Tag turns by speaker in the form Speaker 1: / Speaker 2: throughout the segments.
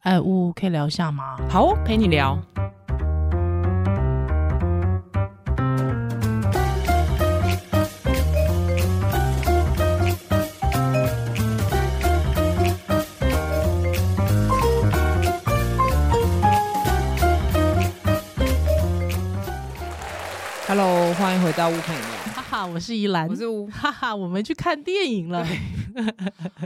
Speaker 1: 哎，呜，可以聊一下吗？
Speaker 2: 好哦，陪你聊。Hello，欢迎回到屋陪你聊，
Speaker 1: 哈哈，我是依兰
Speaker 2: 我，是屋，
Speaker 1: 哈哈，我们去看电影了，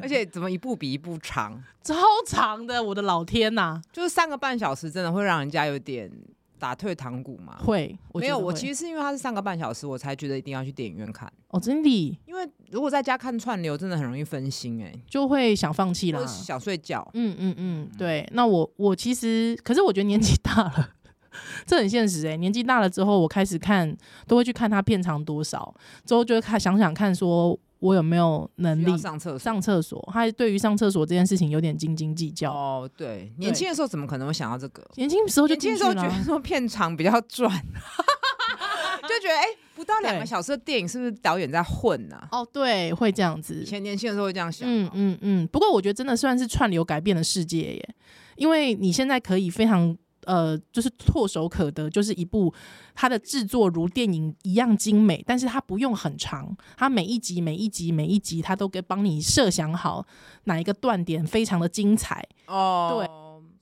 Speaker 2: 而且怎么一步比一步长，
Speaker 1: 超长的，我的老天呐、
Speaker 2: 就是三个半小时，真的会让人家有点打退堂鼓嘛？
Speaker 1: 会，
Speaker 2: 没有，我其
Speaker 1: 实
Speaker 2: 实是因为它是三个半小时，我才觉得一定要去电影院看。
Speaker 1: 哦，真的
Speaker 2: 因为如果在家看串流，真的很容易分心哎、欸，
Speaker 1: 就会想放弃
Speaker 2: 或
Speaker 1: 啦
Speaker 2: 者。想睡觉。
Speaker 1: 嗯嗯嗯，对。那我我其实，可是我觉得年纪大了， 这很现实哎、年纪大了之后，我开始看，都会去看它片长多少，之后就会看想想看，说我有没有能
Speaker 2: 需要
Speaker 1: 力
Speaker 2: 上厕所
Speaker 1: 上厕所。他对于上厕所这件事情有点斤斤计较。
Speaker 2: 哦，对，年轻的时候怎么可能会想到这个？
Speaker 1: 年轻的时候就
Speaker 2: 年轻
Speaker 1: 进去
Speaker 2: 的时候
Speaker 1: 了
Speaker 2: 觉得
Speaker 1: 啊，
Speaker 2: 说片长比较赚， 就觉得哎、不到两
Speaker 1: 对
Speaker 2: 个小时的电影是不是导演在混呐、啊？
Speaker 1: 哦，对，会这样子
Speaker 2: 以。前年轻的时候会这样想，
Speaker 1: 嗯嗯嗯，不过我觉得真的算是串流改变了世界耶，因为你现在可以非常呃，就是唾手可得，就是一部它的制作如电影一样精美，但是它不用很长，它每一集每一集每一集，它都给帮你设想好哪一个断点非常的精彩。
Speaker 2: 哦，对。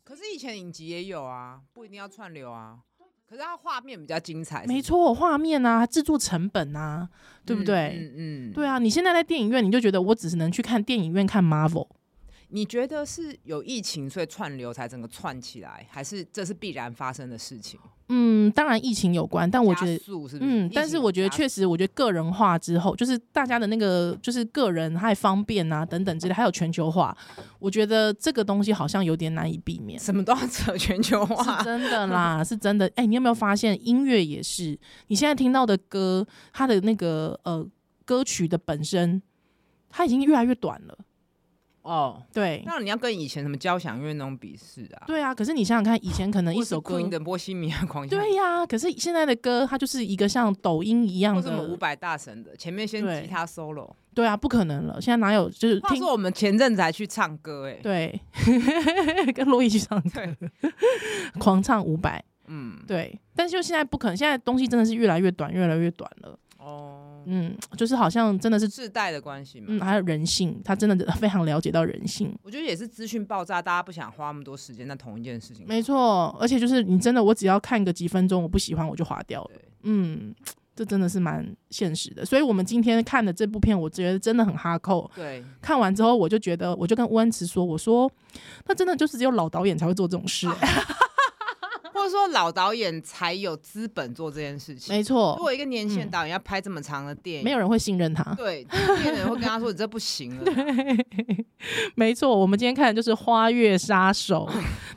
Speaker 2: 可是以前影集也有啊，不一定要串流啊。可是它画面比较精彩，
Speaker 1: 没
Speaker 2: 错，
Speaker 1: 错，画面啊，制作成本啊，对不对？
Speaker 2: 嗯嗯，嗯
Speaker 1: 对啊，你现在在电影院，你就觉得我只是能去看电影院看 Marvel。
Speaker 2: 你觉得是有疫情，所以串流才整个串起来，还是这是必然发生的事情？
Speaker 1: 嗯，当然疫情有关，但我觉
Speaker 2: 加
Speaker 1: 得
Speaker 2: 速是不是？
Speaker 1: 嗯
Speaker 2: 疫，
Speaker 1: 但
Speaker 2: 情
Speaker 1: 是我觉得
Speaker 2: 加
Speaker 1: 确实，我觉得个人化之后，就是大家的那个就是个人还方便啊等等之类，还有全球化，我觉得这个东西好像有点难以避免。
Speaker 2: 什么都要扯全球化 哦
Speaker 1: 是，真的啦，是真的。哎、你有没有发现音乐也是？你现在听到的歌，它的那个呃歌曲的本身，它已经越来越短了。
Speaker 2: 哦。
Speaker 1: 对，
Speaker 2: 那你要跟以前什么交响乐那种比试啊？，
Speaker 1: 对啊。可是你想想看，以前可能一
Speaker 2: 一首
Speaker 1: 首歌
Speaker 2: Queen，的《波西米亚狂想曲
Speaker 1: 对呀、可是现在的歌，它就是一个像抖音一》，样
Speaker 2: 或什么五
Speaker 1: 的，
Speaker 2: 百大神的，前面先
Speaker 1: 对
Speaker 2: 吉他 solo。
Speaker 1: 对啊，不可能了。现在哪有就是
Speaker 2: 话
Speaker 1: 听
Speaker 2: 说我们前阵子还去唱歌，哎，
Speaker 1: 对， 跟洛伊去唱歌，
Speaker 2: 对，
Speaker 1: 狂唱五百。
Speaker 2: 嗯，
Speaker 1: 对，但是就现在不可能，现在东西真的是越来越短，越来越短了。
Speaker 2: 哦，
Speaker 1: 嗯，就是好像真的是，
Speaker 2: 世代的关系嘛
Speaker 1: 嗯，。还有人性，他真的非常了解到人性。
Speaker 2: 我觉得也是资讯爆炸，大家不想花那么多时间在同一件事情上。
Speaker 1: 没错，而且就是你真的，我只要看个几分钟，我不喜欢我就划掉了。
Speaker 2: 对，
Speaker 1: 嗯，这真的是蛮现实的。所以我们今天看的这部片，我觉得真的很哈扣。
Speaker 2: 对，
Speaker 1: 看完之后，我就觉得，我就跟乌恩慈说，我说，那真的就是只有老导演才会做这种事、
Speaker 2: 或者说老导演才有资本做这件事 情。
Speaker 1: 没错
Speaker 2: 如，果一个年轻的
Speaker 1: 嗯
Speaker 2: 导演要拍这么长的电影，
Speaker 1: 没有人会信任他。
Speaker 2: 对，制片人会跟他说你这不行了。
Speaker 1: 没错，我们今天看的就是《花月杀 手》，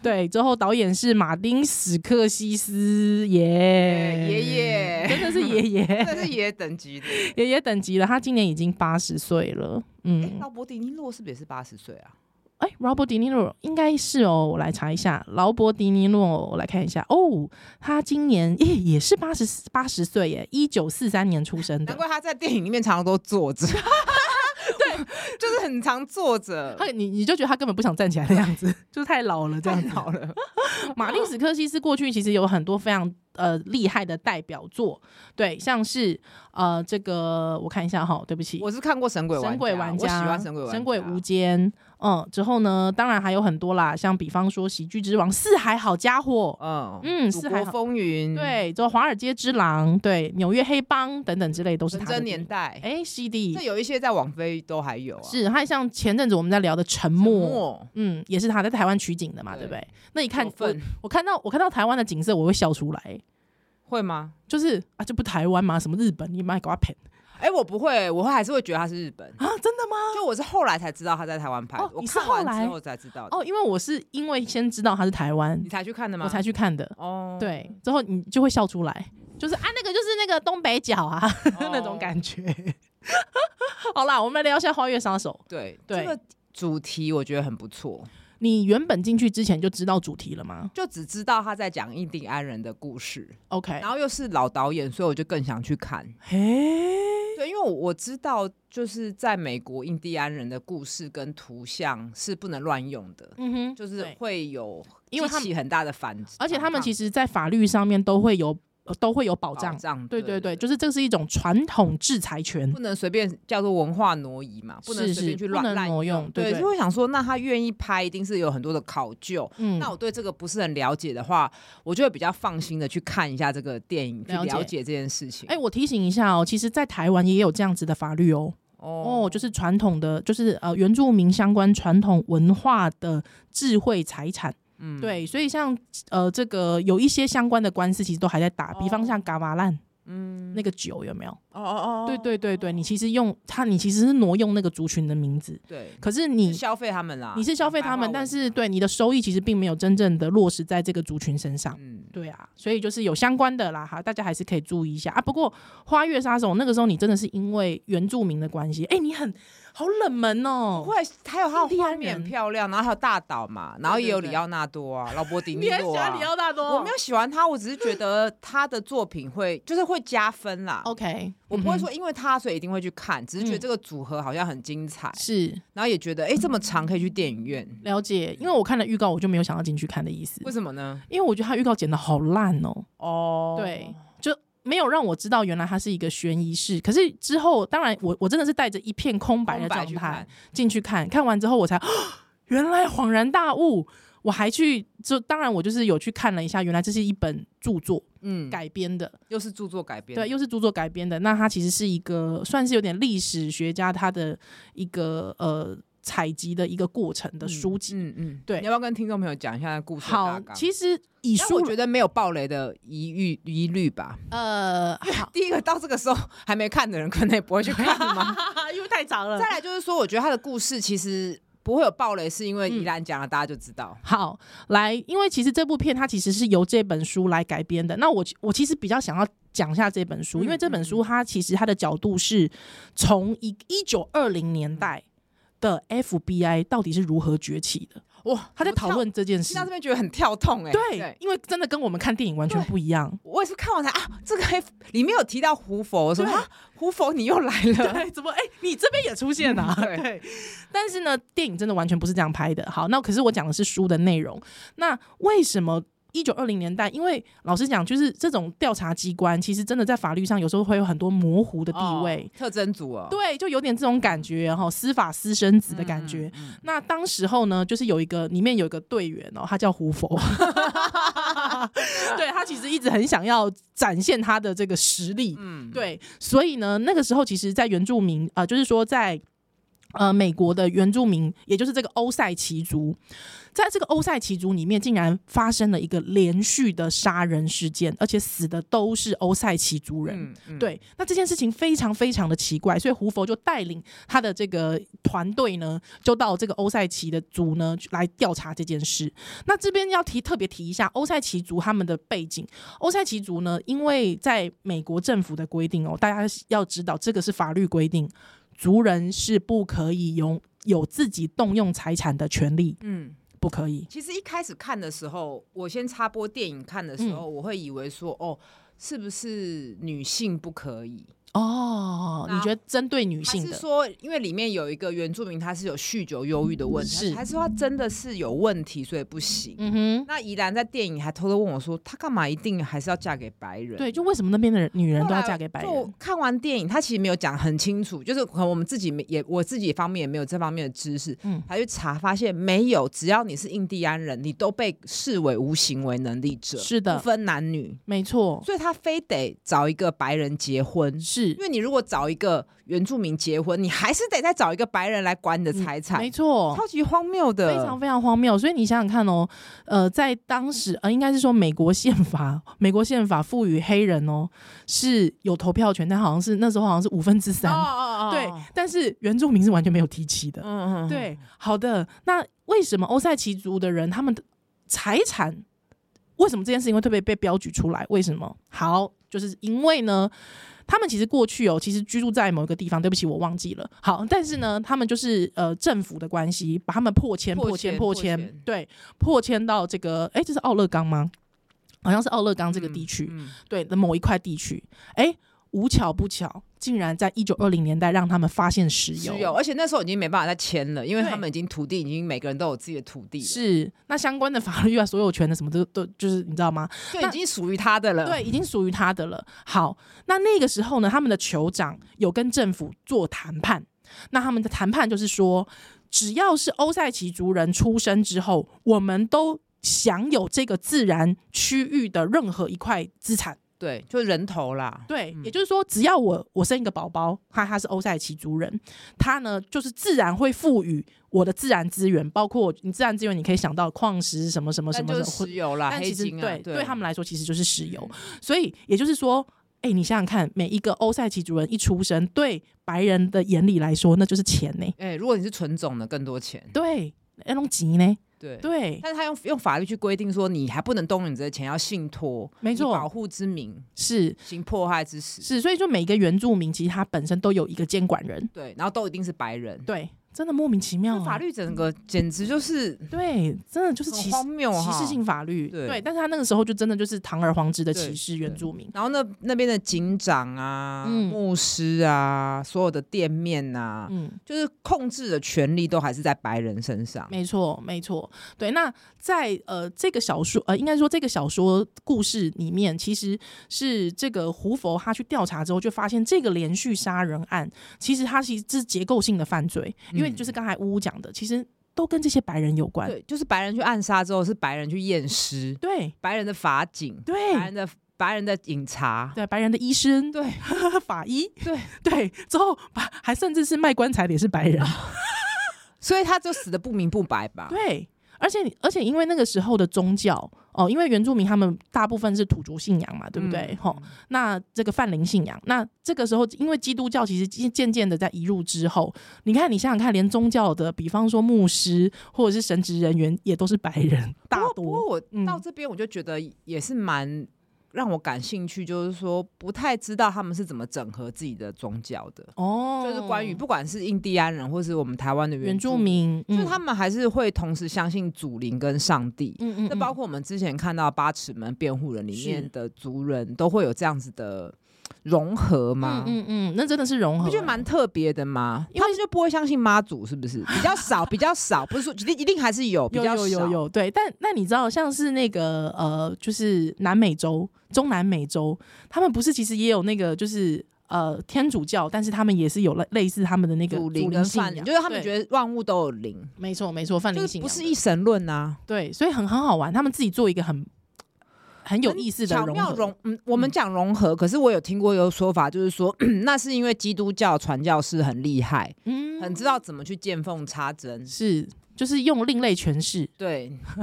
Speaker 1: 对，之后导演是马丁·史克西斯，耶
Speaker 2: 爷爷
Speaker 1: 真的是爷 爷，
Speaker 2: 这是爷等级的。
Speaker 1: 爷爷等级了，他今年已经八十岁了，
Speaker 2: 哎
Speaker 1: 嗯，
Speaker 2: 劳勃迪尼洛是不是也是八十岁啊？
Speaker 1: 哎、r o b e r t De Niro 应该是哦，我来查一下，劳勃·迪尼诺，我来看一下，哦，他今年耶也是八十八十岁耶，一九四三年出生
Speaker 2: 难
Speaker 1: 的。
Speaker 2: 怪他在电影里面常常都 坐着。对， 就是很常坐着
Speaker 1: 他。你你就觉得他根本不想站起来的样子，就是太老了这样
Speaker 2: 太
Speaker 1: 子。
Speaker 2: 老了，
Speaker 1: 马丁·史科西斯过去其实有很多非常呃厉害的代表作，对，像是呃这个我看一下哈，对不起，
Speaker 2: 我是看过《神鬼玩
Speaker 1: 神鬼玩
Speaker 2: 我
Speaker 1: 家》
Speaker 2: 喜欢《神鬼玩家》。
Speaker 1: 无间》，嗯，之后呢，当然还有很多啦，像比方说《喜剧之王》《四海好家伙》
Speaker 2: 嗯
Speaker 1: 嗯
Speaker 2: 祖
Speaker 1: 是
Speaker 2: 国
Speaker 1: 还好
Speaker 2: 风云，，
Speaker 1: 对，之后《华尔街之狼》，对，《纽约黑帮》等等之类都是
Speaker 2: 纯
Speaker 1: 他的
Speaker 2: 真
Speaker 1: 电影
Speaker 2: 年代。
Speaker 1: 哎，CD
Speaker 2: 这有一些在网飞都还有啊。
Speaker 1: 是，还有像前阵子我们在聊的《沉
Speaker 2: 沉
Speaker 1: 默》。
Speaker 2: 默，
Speaker 1: 嗯，也是他在台湾取景的嘛，对
Speaker 2: 对
Speaker 1: 不对？那你看
Speaker 2: 有
Speaker 1: 我
Speaker 2: 份，
Speaker 1: 我看到我看到台湾的景色，我会笑出来。
Speaker 2: 会吗？
Speaker 1: 就是啊，这不台湾吗？什么日本？你买给我骗
Speaker 2: 哎，我不会，我会还是会觉得他是日本。
Speaker 1: 啊？真的吗？
Speaker 2: 就我是后来才知道他在台湾拍的，
Speaker 1: 哦
Speaker 2: 我
Speaker 1: 你是
Speaker 2: 看
Speaker 1: 后
Speaker 2: 完
Speaker 1: 来
Speaker 2: 之后才知道的。
Speaker 1: 哦，因为我是因为先知道他是台湾
Speaker 2: 你，才去看的吗？
Speaker 1: 我才去看的。
Speaker 2: 哦，
Speaker 1: 对， 之后你就会笑出来，就是啊，那个就是那个东北角啊、 那种
Speaker 2: 觉。
Speaker 1: 感觉。 好啦，我们来聊一下《花月杀手
Speaker 2: 哦对
Speaker 1: 对
Speaker 2: 这个主题我觉得很不错，》。
Speaker 1: 你原本进去之前就知道主题了吗
Speaker 2: 就只知道他在讲印第安人的故事，
Speaker 1: ？OK，
Speaker 2: 然后又是老导演，所以我就更想去看。
Speaker 1: 嘿，
Speaker 2: 对，因为我我知道，就是在美国印第安人的故事跟图像是不能乱用的，
Speaker 1: 嗯哼，
Speaker 2: 就是
Speaker 1: 对
Speaker 2: 会有
Speaker 1: 因为他们
Speaker 2: 激起很大的反，
Speaker 1: 而且他们其
Speaker 2: 实
Speaker 1: 实，在法律上面都会有呃都会有保
Speaker 2: 保
Speaker 1: 障。
Speaker 2: 障，
Speaker 1: 对对
Speaker 2: 对
Speaker 1: 对，就是这是一种传统制裁权
Speaker 2: 不，能随便叫做文化挪移嘛，不能
Speaker 1: 是
Speaker 2: 随
Speaker 1: 是
Speaker 2: 便去
Speaker 1: 不
Speaker 2: 乱
Speaker 1: 能
Speaker 2: 滥
Speaker 1: 挪用，对
Speaker 2: 对，
Speaker 1: 对
Speaker 2: 就，会想说，那他愿意拍，一定是有很多的考究。
Speaker 1: 嗯
Speaker 2: 那我对这个不是很了解的话，我就会比较放心的去看一下这个电影，去
Speaker 1: 了解
Speaker 2: 了解这件事情。
Speaker 1: 哎、我提醒一下哦，其实，在台湾也有这样子的法律哦。哦，就是传统的，就是呃，原住民相关传统文化的智慧财产。
Speaker 2: 嗯，
Speaker 1: 对，所以像呃，这个有一些相关的官司，其实都还在打。比方
Speaker 2: 哦
Speaker 1: 像嘎瓦烂
Speaker 2: 嗯，
Speaker 1: 那个酒有没有？
Speaker 2: 哦哦哦，
Speaker 1: 对对对对，你其实用它，你其实是挪用那个族群的名字，
Speaker 2: 对，
Speaker 1: 可是
Speaker 2: 你
Speaker 1: 你
Speaker 2: 消费他们啦，
Speaker 1: 你是消费
Speaker 2: 白
Speaker 1: 他
Speaker 2: 话
Speaker 1: 们，
Speaker 2: 文
Speaker 1: 但是
Speaker 2: 嘛
Speaker 1: 对你的收益其实并没有真正的落实在这个族群身上。
Speaker 2: 嗯，
Speaker 1: 对啊，所以就是有相关的啦哈，大家还是可以注意一下啊。不过《花月杀手》那个时候你真的是因为原住民的关系，哎、你很好冷门哦、
Speaker 2: 会还有他
Speaker 1: 印
Speaker 2: 的
Speaker 1: 第安
Speaker 2: 画面很
Speaker 1: 人
Speaker 2: 漂亮，然后还有大岛嘛，然后
Speaker 1: 对
Speaker 2: 也有
Speaker 1: 对
Speaker 2: 里奥纳多啊，劳 勃迪
Speaker 1: 你
Speaker 2: 尼
Speaker 1: 很喜
Speaker 2: 洛
Speaker 1: 欢
Speaker 2: 啊
Speaker 1: 里。奥纳多？哦
Speaker 2: 我没有喜欢他，我只是觉得他的作品会就是会加分啦。
Speaker 1: OK，
Speaker 2: 我不会
Speaker 1: 嗯哼
Speaker 2: 说因为他所以一定会去看，只是觉得
Speaker 1: 嗯
Speaker 2: 这个组合好像很精彩，
Speaker 1: 是
Speaker 2: 然后也觉得哎、诶这么长可以去电影院，
Speaker 1: 了解，因为我看了预告，我就没有想要进去看的意思
Speaker 2: 为，什么呢？
Speaker 1: 因为我觉得他预告剪的好烂哦、
Speaker 2: 哦
Speaker 1: 对，就没有让我知道原来它是一个悬疑式。可是之后，当然我我真的是带着一片空白的
Speaker 2: 空白
Speaker 1: 状
Speaker 2: 去
Speaker 1: 态
Speaker 2: 看
Speaker 1: 进去看，看完之后我才 原来恍然大悟。我还去就当然我就是有去看了一下，原来这是一本著作
Speaker 2: 嗯，
Speaker 1: 改编的，
Speaker 2: 又是著作改编，
Speaker 1: 对，又是著作改编的。那它其实是一个算是有点历史学家他的一个呃采集的一个过程的书籍。
Speaker 2: 嗯嗯，
Speaker 1: 对
Speaker 2: 你要不要跟听众朋友讲一下故事的
Speaker 1: 好
Speaker 2: 大，纲？
Speaker 1: 其实以
Speaker 2: 但我
Speaker 1: 书
Speaker 2: 觉得没有暴雷的疑虑疑虑吧。
Speaker 1: 呃好，
Speaker 2: 第一个到这个时候还没看的人，可能也不会去看 嘛。
Speaker 1: 因为太长了
Speaker 2: 再来就是说，我觉得他的故事其实不会有暴雷，是因为
Speaker 1: 嗯
Speaker 2: 怡兰讲了，大家就知道。
Speaker 1: 好，来，因为其实这部片它其实是由这本书来改编的。那我我其实比较想要讲一下这本书，因为这
Speaker 2: 嗯
Speaker 1: 本书它其实它的角度是从一一九二零年代的 FBI 到底是如何崛起的，
Speaker 2: 哇，
Speaker 1: 他在讨论这件
Speaker 2: 我跳
Speaker 1: 事
Speaker 2: 听到。这边觉得很跳痛哎、
Speaker 1: 对，，因为真的跟我们看电影完全
Speaker 2: 对
Speaker 1: 不一样。
Speaker 2: 我也是看完才啊，这个还里面有提到胡佛，我说
Speaker 1: 对
Speaker 2: 啊，胡佛你又来了。
Speaker 1: 对，怎么哎、你这边也出现了、啊？
Speaker 2: 对
Speaker 1: 对，但是呢，电影真的完全不是这样拍的。好，那可是我讲的是书的内容。那为什么一九二零年代？因为老实讲，就是这种调查机关，其实真的在法律上有时候会有很多模糊的地位。
Speaker 2: 哦特征组哦，
Speaker 1: 对，就有点这种感觉哈，司法私生子的感
Speaker 2: 嗯
Speaker 1: 觉。，
Speaker 2: 嗯
Speaker 1: 那当时候呢，就是有一个里面有一个队员哦，他叫胡 佛，对他其实一直很想要展现他的这个实力，
Speaker 2: 嗯，
Speaker 1: 对，所以呢，那个时候其实，在原住民啊、呃就是说在呃美国的原住民，也就是这个欧塞奇族，在这个欧塞奇族里面，竟然发生了一个连续的杀人事件，而且死的都是欧塞奇族人。
Speaker 2: 嗯，嗯，
Speaker 1: 对，那这件事情非常非常的奇怪，所以胡佛就带领他的这个团队呢，就到这个欧塞奇的族呢去来调查这件事。那这边要提特别提一下欧塞奇族他们的背景。欧塞奇族呢，因为在美国政府的规定哦，大家要知道这个是法律规定，族人是不可以有有自己动用财产的权利，
Speaker 2: 嗯。
Speaker 1: 不可以。
Speaker 2: 其实一开始看的时候，我先插播电影看的
Speaker 1: 嗯
Speaker 2: 时候，我会以为说，哦，是不是女性不可以？
Speaker 1: 哦，你觉得针对女
Speaker 2: 还
Speaker 1: 性
Speaker 2: 是
Speaker 1: 的？
Speaker 2: 说，因为里面有一个原住民，他是有酗酒、忧郁的问题，
Speaker 1: 是
Speaker 2: 还是说他真的是有问题，所以不行？
Speaker 1: 嗯哼，
Speaker 2: 那怡兰在电影还偷偷问我说，她干嘛一定还是要嫁给白人？
Speaker 1: 对，就为什么那边的人女人
Speaker 2: 后
Speaker 1: 都要
Speaker 2: 来
Speaker 1: 嫁给白人？
Speaker 2: 就看完电影，他其实没有讲很清楚，就是可能我们自己没也我自己方面也没有这方面的知识，
Speaker 1: 嗯
Speaker 2: 嗯，还去查发现没有，只要你是印第安人，你都被视为无行为能力者，
Speaker 1: 是的
Speaker 2: 不分男女，
Speaker 1: 没错，
Speaker 2: 所以他非得找一个白人结婚。
Speaker 1: 是
Speaker 2: 嗯因为你如果找一个原住民结婚，你还是得再找一个白人来管你的
Speaker 1: 嗯
Speaker 2: 财产，
Speaker 1: 没错，
Speaker 2: 超级荒谬的，
Speaker 1: 非常非常荒谬。所以你想想看哦，呃，在当时呃，应该是说美国宪法，美国宪法赋予黑人哦是有投票权，但好像是那时候好像是五分之三，
Speaker 2: 哦
Speaker 1: 对，但是原住民是完全没有提起的。
Speaker 2: 嗯嗯，
Speaker 1: 对，好的，那为什么欧塞奇族的人他们的财产？为什么这件事情会特别被标举出来？为什么？好，就是因为呢，他们其实过去哦，其实居住在某一个地方，对不起，我忘记了。好，但是呢，他们就是呃政府的关系，把他们破迁、
Speaker 2: 破
Speaker 1: 破迁、
Speaker 2: 迁
Speaker 1: 破
Speaker 2: 破
Speaker 1: 迁
Speaker 2: 迁，
Speaker 1: 对，破迁到这个，哎、这是奥勒冈吗？好像是奥勒冈这个地区，
Speaker 2: 嗯
Speaker 1: 对的某一块地区。哎、无巧不巧，竟然在一九二零年代让他们发现石油。
Speaker 2: 石油，而且那时候已经没办法再签了，因为
Speaker 1: 对
Speaker 2: 他们已经土地已经每个人都有自己的土地了，
Speaker 1: 是，那相关的法律啊、所有权的什么都都就是你知道吗？
Speaker 2: 就
Speaker 1: 那
Speaker 2: 已经属于他的了。
Speaker 1: 对，已经属于他的了。好，那那个时候呢，他们的酋长有跟政府做谈判，那他们的谈判就是说，只要是欧塞奇族人出生之后，我们都享有这个自然区域的任何一块资产。
Speaker 2: 对，就是人头啦。
Speaker 1: 对，也就是说，只要我我生一个宝宝，他他是欧塞奇族人，他呢就是自然会赋予我的自然资源，包括你自然资源，你可以想到矿石什么什么什
Speaker 2: 但
Speaker 1: 么
Speaker 2: 就
Speaker 1: 什
Speaker 2: 是
Speaker 1: 么，
Speaker 2: 石油啦，
Speaker 1: 但
Speaker 2: 黑
Speaker 1: 其实
Speaker 2: 金
Speaker 1: 对
Speaker 2: 啊，
Speaker 1: 对他们来说其实就是石油，所以也就是说，哎、你想想看，每一个欧塞奇族人一出生，对白人的眼里来说，那就是钱呢、
Speaker 2: 哎、如果你是纯种的，更多钱。
Speaker 1: 对，那种钱呢，
Speaker 2: 对，
Speaker 1: 对，
Speaker 2: 但是他用用法律去规定说，你还不能动用你的钱，要信托，
Speaker 1: 没
Speaker 2: 以
Speaker 1: 错
Speaker 2: 保护之名
Speaker 1: 是
Speaker 2: 行迫害之实。
Speaker 1: 是，所以就每一个原住民其实他本身都有一个监管人，
Speaker 2: 对，然后都一定是白人。
Speaker 1: 对，真的莫名其妙、啊
Speaker 2: 那法。律整个简直就是
Speaker 1: 对，真的就是歧视
Speaker 2: 哦 很荒谬
Speaker 1: 歧
Speaker 2: 哈。
Speaker 1: 视性法律，
Speaker 2: 对
Speaker 1: 对，但是他那个时候就真的就是堂而皇之的歧
Speaker 2: 对
Speaker 1: 视原住民，
Speaker 2: 然后那那边的警长啊、
Speaker 1: 嗯
Speaker 2: 牧师啊、所有的店面啊，
Speaker 1: 嗯，
Speaker 2: 就是控制的权利都还是在白人身上。
Speaker 1: 没错，没错，对。那在呃这个小说呃，应该说这个小说故事里面，其实是这个胡佛他去调查之后，就发现这个连续杀人案，其实它其实是结构性的犯罪，因为
Speaker 2: 嗯
Speaker 1: 就是刚才呜呜讲的，其实都跟这些白人有关。
Speaker 2: 对，就是白人去暗杀之后，是白人去验尸，
Speaker 1: 对
Speaker 2: 白人的法警，
Speaker 1: 对
Speaker 2: 白人的白人的警察，
Speaker 1: 对，白人的医生，
Speaker 2: 对
Speaker 1: 法医，
Speaker 2: 对
Speaker 1: 对，之后把还甚至是卖棺材的也是白 人，
Speaker 2: 所以他就死的不明不白吧？
Speaker 1: 对。而且而且，因为那个时候的宗教哦，因为原住民他们大部分是土著信仰嘛，对不对？
Speaker 2: 嗯
Speaker 1: 吼、那这个泛灵信仰，那这个时候因为基督教其实渐渐渐的在移入之后，你看你想想看，连宗教的，比方说牧师或者是神职人员，也都是白人，大
Speaker 2: 不过不
Speaker 1: 多
Speaker 2: 过
Speaker 1: 嗯
Speaker 2: 我到这边我就觉得也是蛮让我感兴趣，就是说不太知道他们是怎么整合自己的宗教的，
Speaker 1: 哦
Speaker 2: 就是关于不管是印第安人或是我们台湾的
Speaker 1: 原
Speaker 2: 住
Speaker 1: 住，民，
Speaker 2: 就是
Speaker 1: 嗯
Speaker 2: 他们还是会同时相信祖灵跟上帝。
Speaker 1: 嗯嗯
Speaker 2: 那包括我们之前看到《八尺门辩护人》里面
Speaker 1: 是
Speaker 2: 的族人都会有这样子的融合吗？
Speaker 1: 嗯嗯嗯，那真的是融合，
Speaker 2: 不觉得蛮特别的吗？
Speaker 1: 因为
Speaker 2: 他们就不会相信妈祖是不是？比较少，比较少，不是说一定一定还是有，比
Speaker 1: 有
Speaker 2: 较
Speaker 1: 有有
Speaker 2: 少
Speaker 1: 有对，但那你知道，像是那个呃，就是南美洲、中南美洲，他们不是其实也有那个就是呃天主教，但是他们也是有类类似他们的那个
Speaker 2: 祖灵跟
Speaker 1: 信
Speaker 2: 泛灵，
Speaker 1: 仰
Speaker 2: 就是他们
Speaker 1: 对
Speaker 2: 觉得万物都有灵，
Speaker 1: 没错没错，泛灵
Speaker 2: 就是
Speaker 1: 信
Speaker 2: 不
Speaker 1: 仰
Speaker 2: 是
Speaker 1: 的
Speaker 2: 一神论啊呐、
Speaker 1: 对，所以很很好玩，他们自己做一个很很
Speaker 2: 啊，
Speaker 1: 有意思的
Speaker 2: 巧
Speaker 1: 融
Speaker 2: 妙
Speaker 1: 合，
Speaker 2: 融。嗯，我们讲融合，可是我有听过一个说法，就是说 那是因为基督教传教士很厉害，
Speaker 1: 嗯
Speaker 2: 很知道怎么去见缝插针，
Speaker 1: 是就是用另类诠释。
Speaker 2: 对，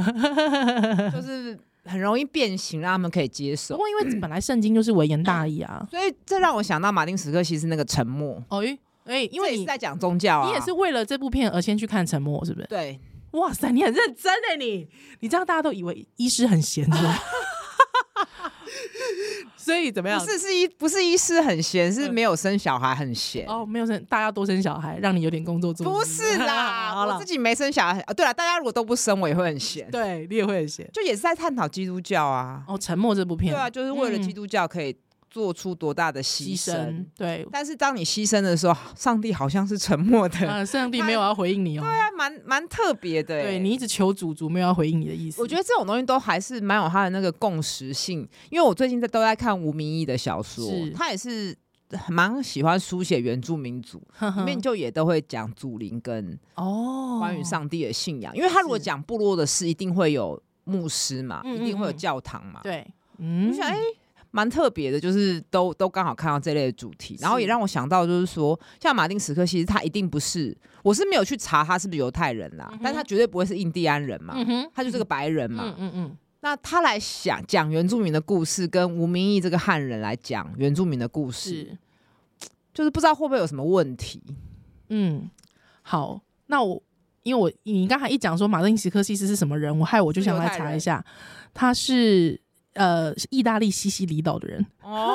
Speaker 2: 就是很容易变形，让他们可以接
Speaker 1: 不
Speaker 2: 受。
Speaker 1: 过因为本来圣经就是微言大义 啊，
Speaker 2: 所以这让我想到马丁·史克西斯那个沉默，
Speaker 1: 哦诶哎，因
Speaker 2: 这
Speaker 1: 为
Speaker 2: 也是
Speaker 1: 你
Speaker 2: 在讲宗教啊，
Speaker 1: 你也是为了这部片而先去看《沉默》，是不是？
Speaker 2: 对，
Speaker 1: 哇塞，你很认真哎，你你这样大家都以为医师很闲的， 所以怎么样？
Speaker 2: 不是是一不是医师很闲，是
Speaker 1: 嗯
Speaker 2: 没有生小孩很闲。
Speaker 1: 哦，没有生，大家多生小孩，让你有点工作做。
Speaker 2: 不 是
Speaker 1: 好
Speaker 2: 啦，
Speaker 1: 啦
Speaker 2: 我自己没生小孩。啊对了，大家如果都不生，我也会很闲。
Speaker 1: 对你也会很闲
Speaker 2: 就也是在探讨基督教啊，
Speaker 1: 哦。沉默这部
Speaker 2: 对
Speaker 1: 片，
Speaker 2: 啊，就是为了
Speaker 1: 嗯
Speaker 2: 基督教可以做出多大的牺
Speaker 1: 牺
Speaker 2: 牲。
Speaker 1: 牲对，
Speaker 2: 但是当你牺牲的时候，上帝好像是沉默的，
Speaker 1: 呃，上帝没有要回应你哦，
Speaker 2: 还蛮蛮特别的、欸。
Speaker 1: 对你一直求主，主没有要回应你的意思。
Speaker 2: 我觉得这种东西都还是蛮有它的那个共识性，因为我最近在都在看吴明义的小说
Speaker 1: 是，
Speaker 2: 他也是蛮喜欢书写原住民族，
Speaker 1: 得
Speaker 2: 里面就也都会讲祖灵跟
Speaker 1: 嗯哦，
Speaker 2: 关于上帝的信仰，因为他如果
Speaker 1: 是
Speaker 2: 讲部落的事，一定会有牧师嘛，
Speaker 1: 嗯
Speaker 2: 一定会有
Speaker 1: 嗯嗯
Speaker 2: 教堂嘛，
Speaker 1: 对，嗯
Speaker 2: 我就想哎。蛮特别的，就是都都刚好看到这类的主题，然后也
Speaker 1: 是
Speaker 2: 让我想到，就是说，像马丁·史克西斯，他一定不是，我是没有去查他是不是犹太人啦，
Speaker 1: 嗯哼
Speaker 2: 但他绝对不会是印第安人嘛，
Speaker 1: 嗯哼，
Speaker 2: 哎他就是个白人嘛，
Speaker 1: 嗯嗯嗯，
Speaker 2: 那他来想讲原住民的故事，跟吴明义这个汉人来讲原住民的故事，
Speaker 1: 是，
Speaker 2: 就是不知道会不会有什么问题。
Speaker 1: 嗯，好，那我因为我你刚才一讲说马丁·史克西斯是什么人，我害我就是想
Speaker 2: 犹
Speaker 1: 来
Speaker 2: 太
Speaker 1: 查一
Speaker 2: 人
Speaker 1: 下，他 是呃是意大利西西里岛的人，
Speaker 2: 哦，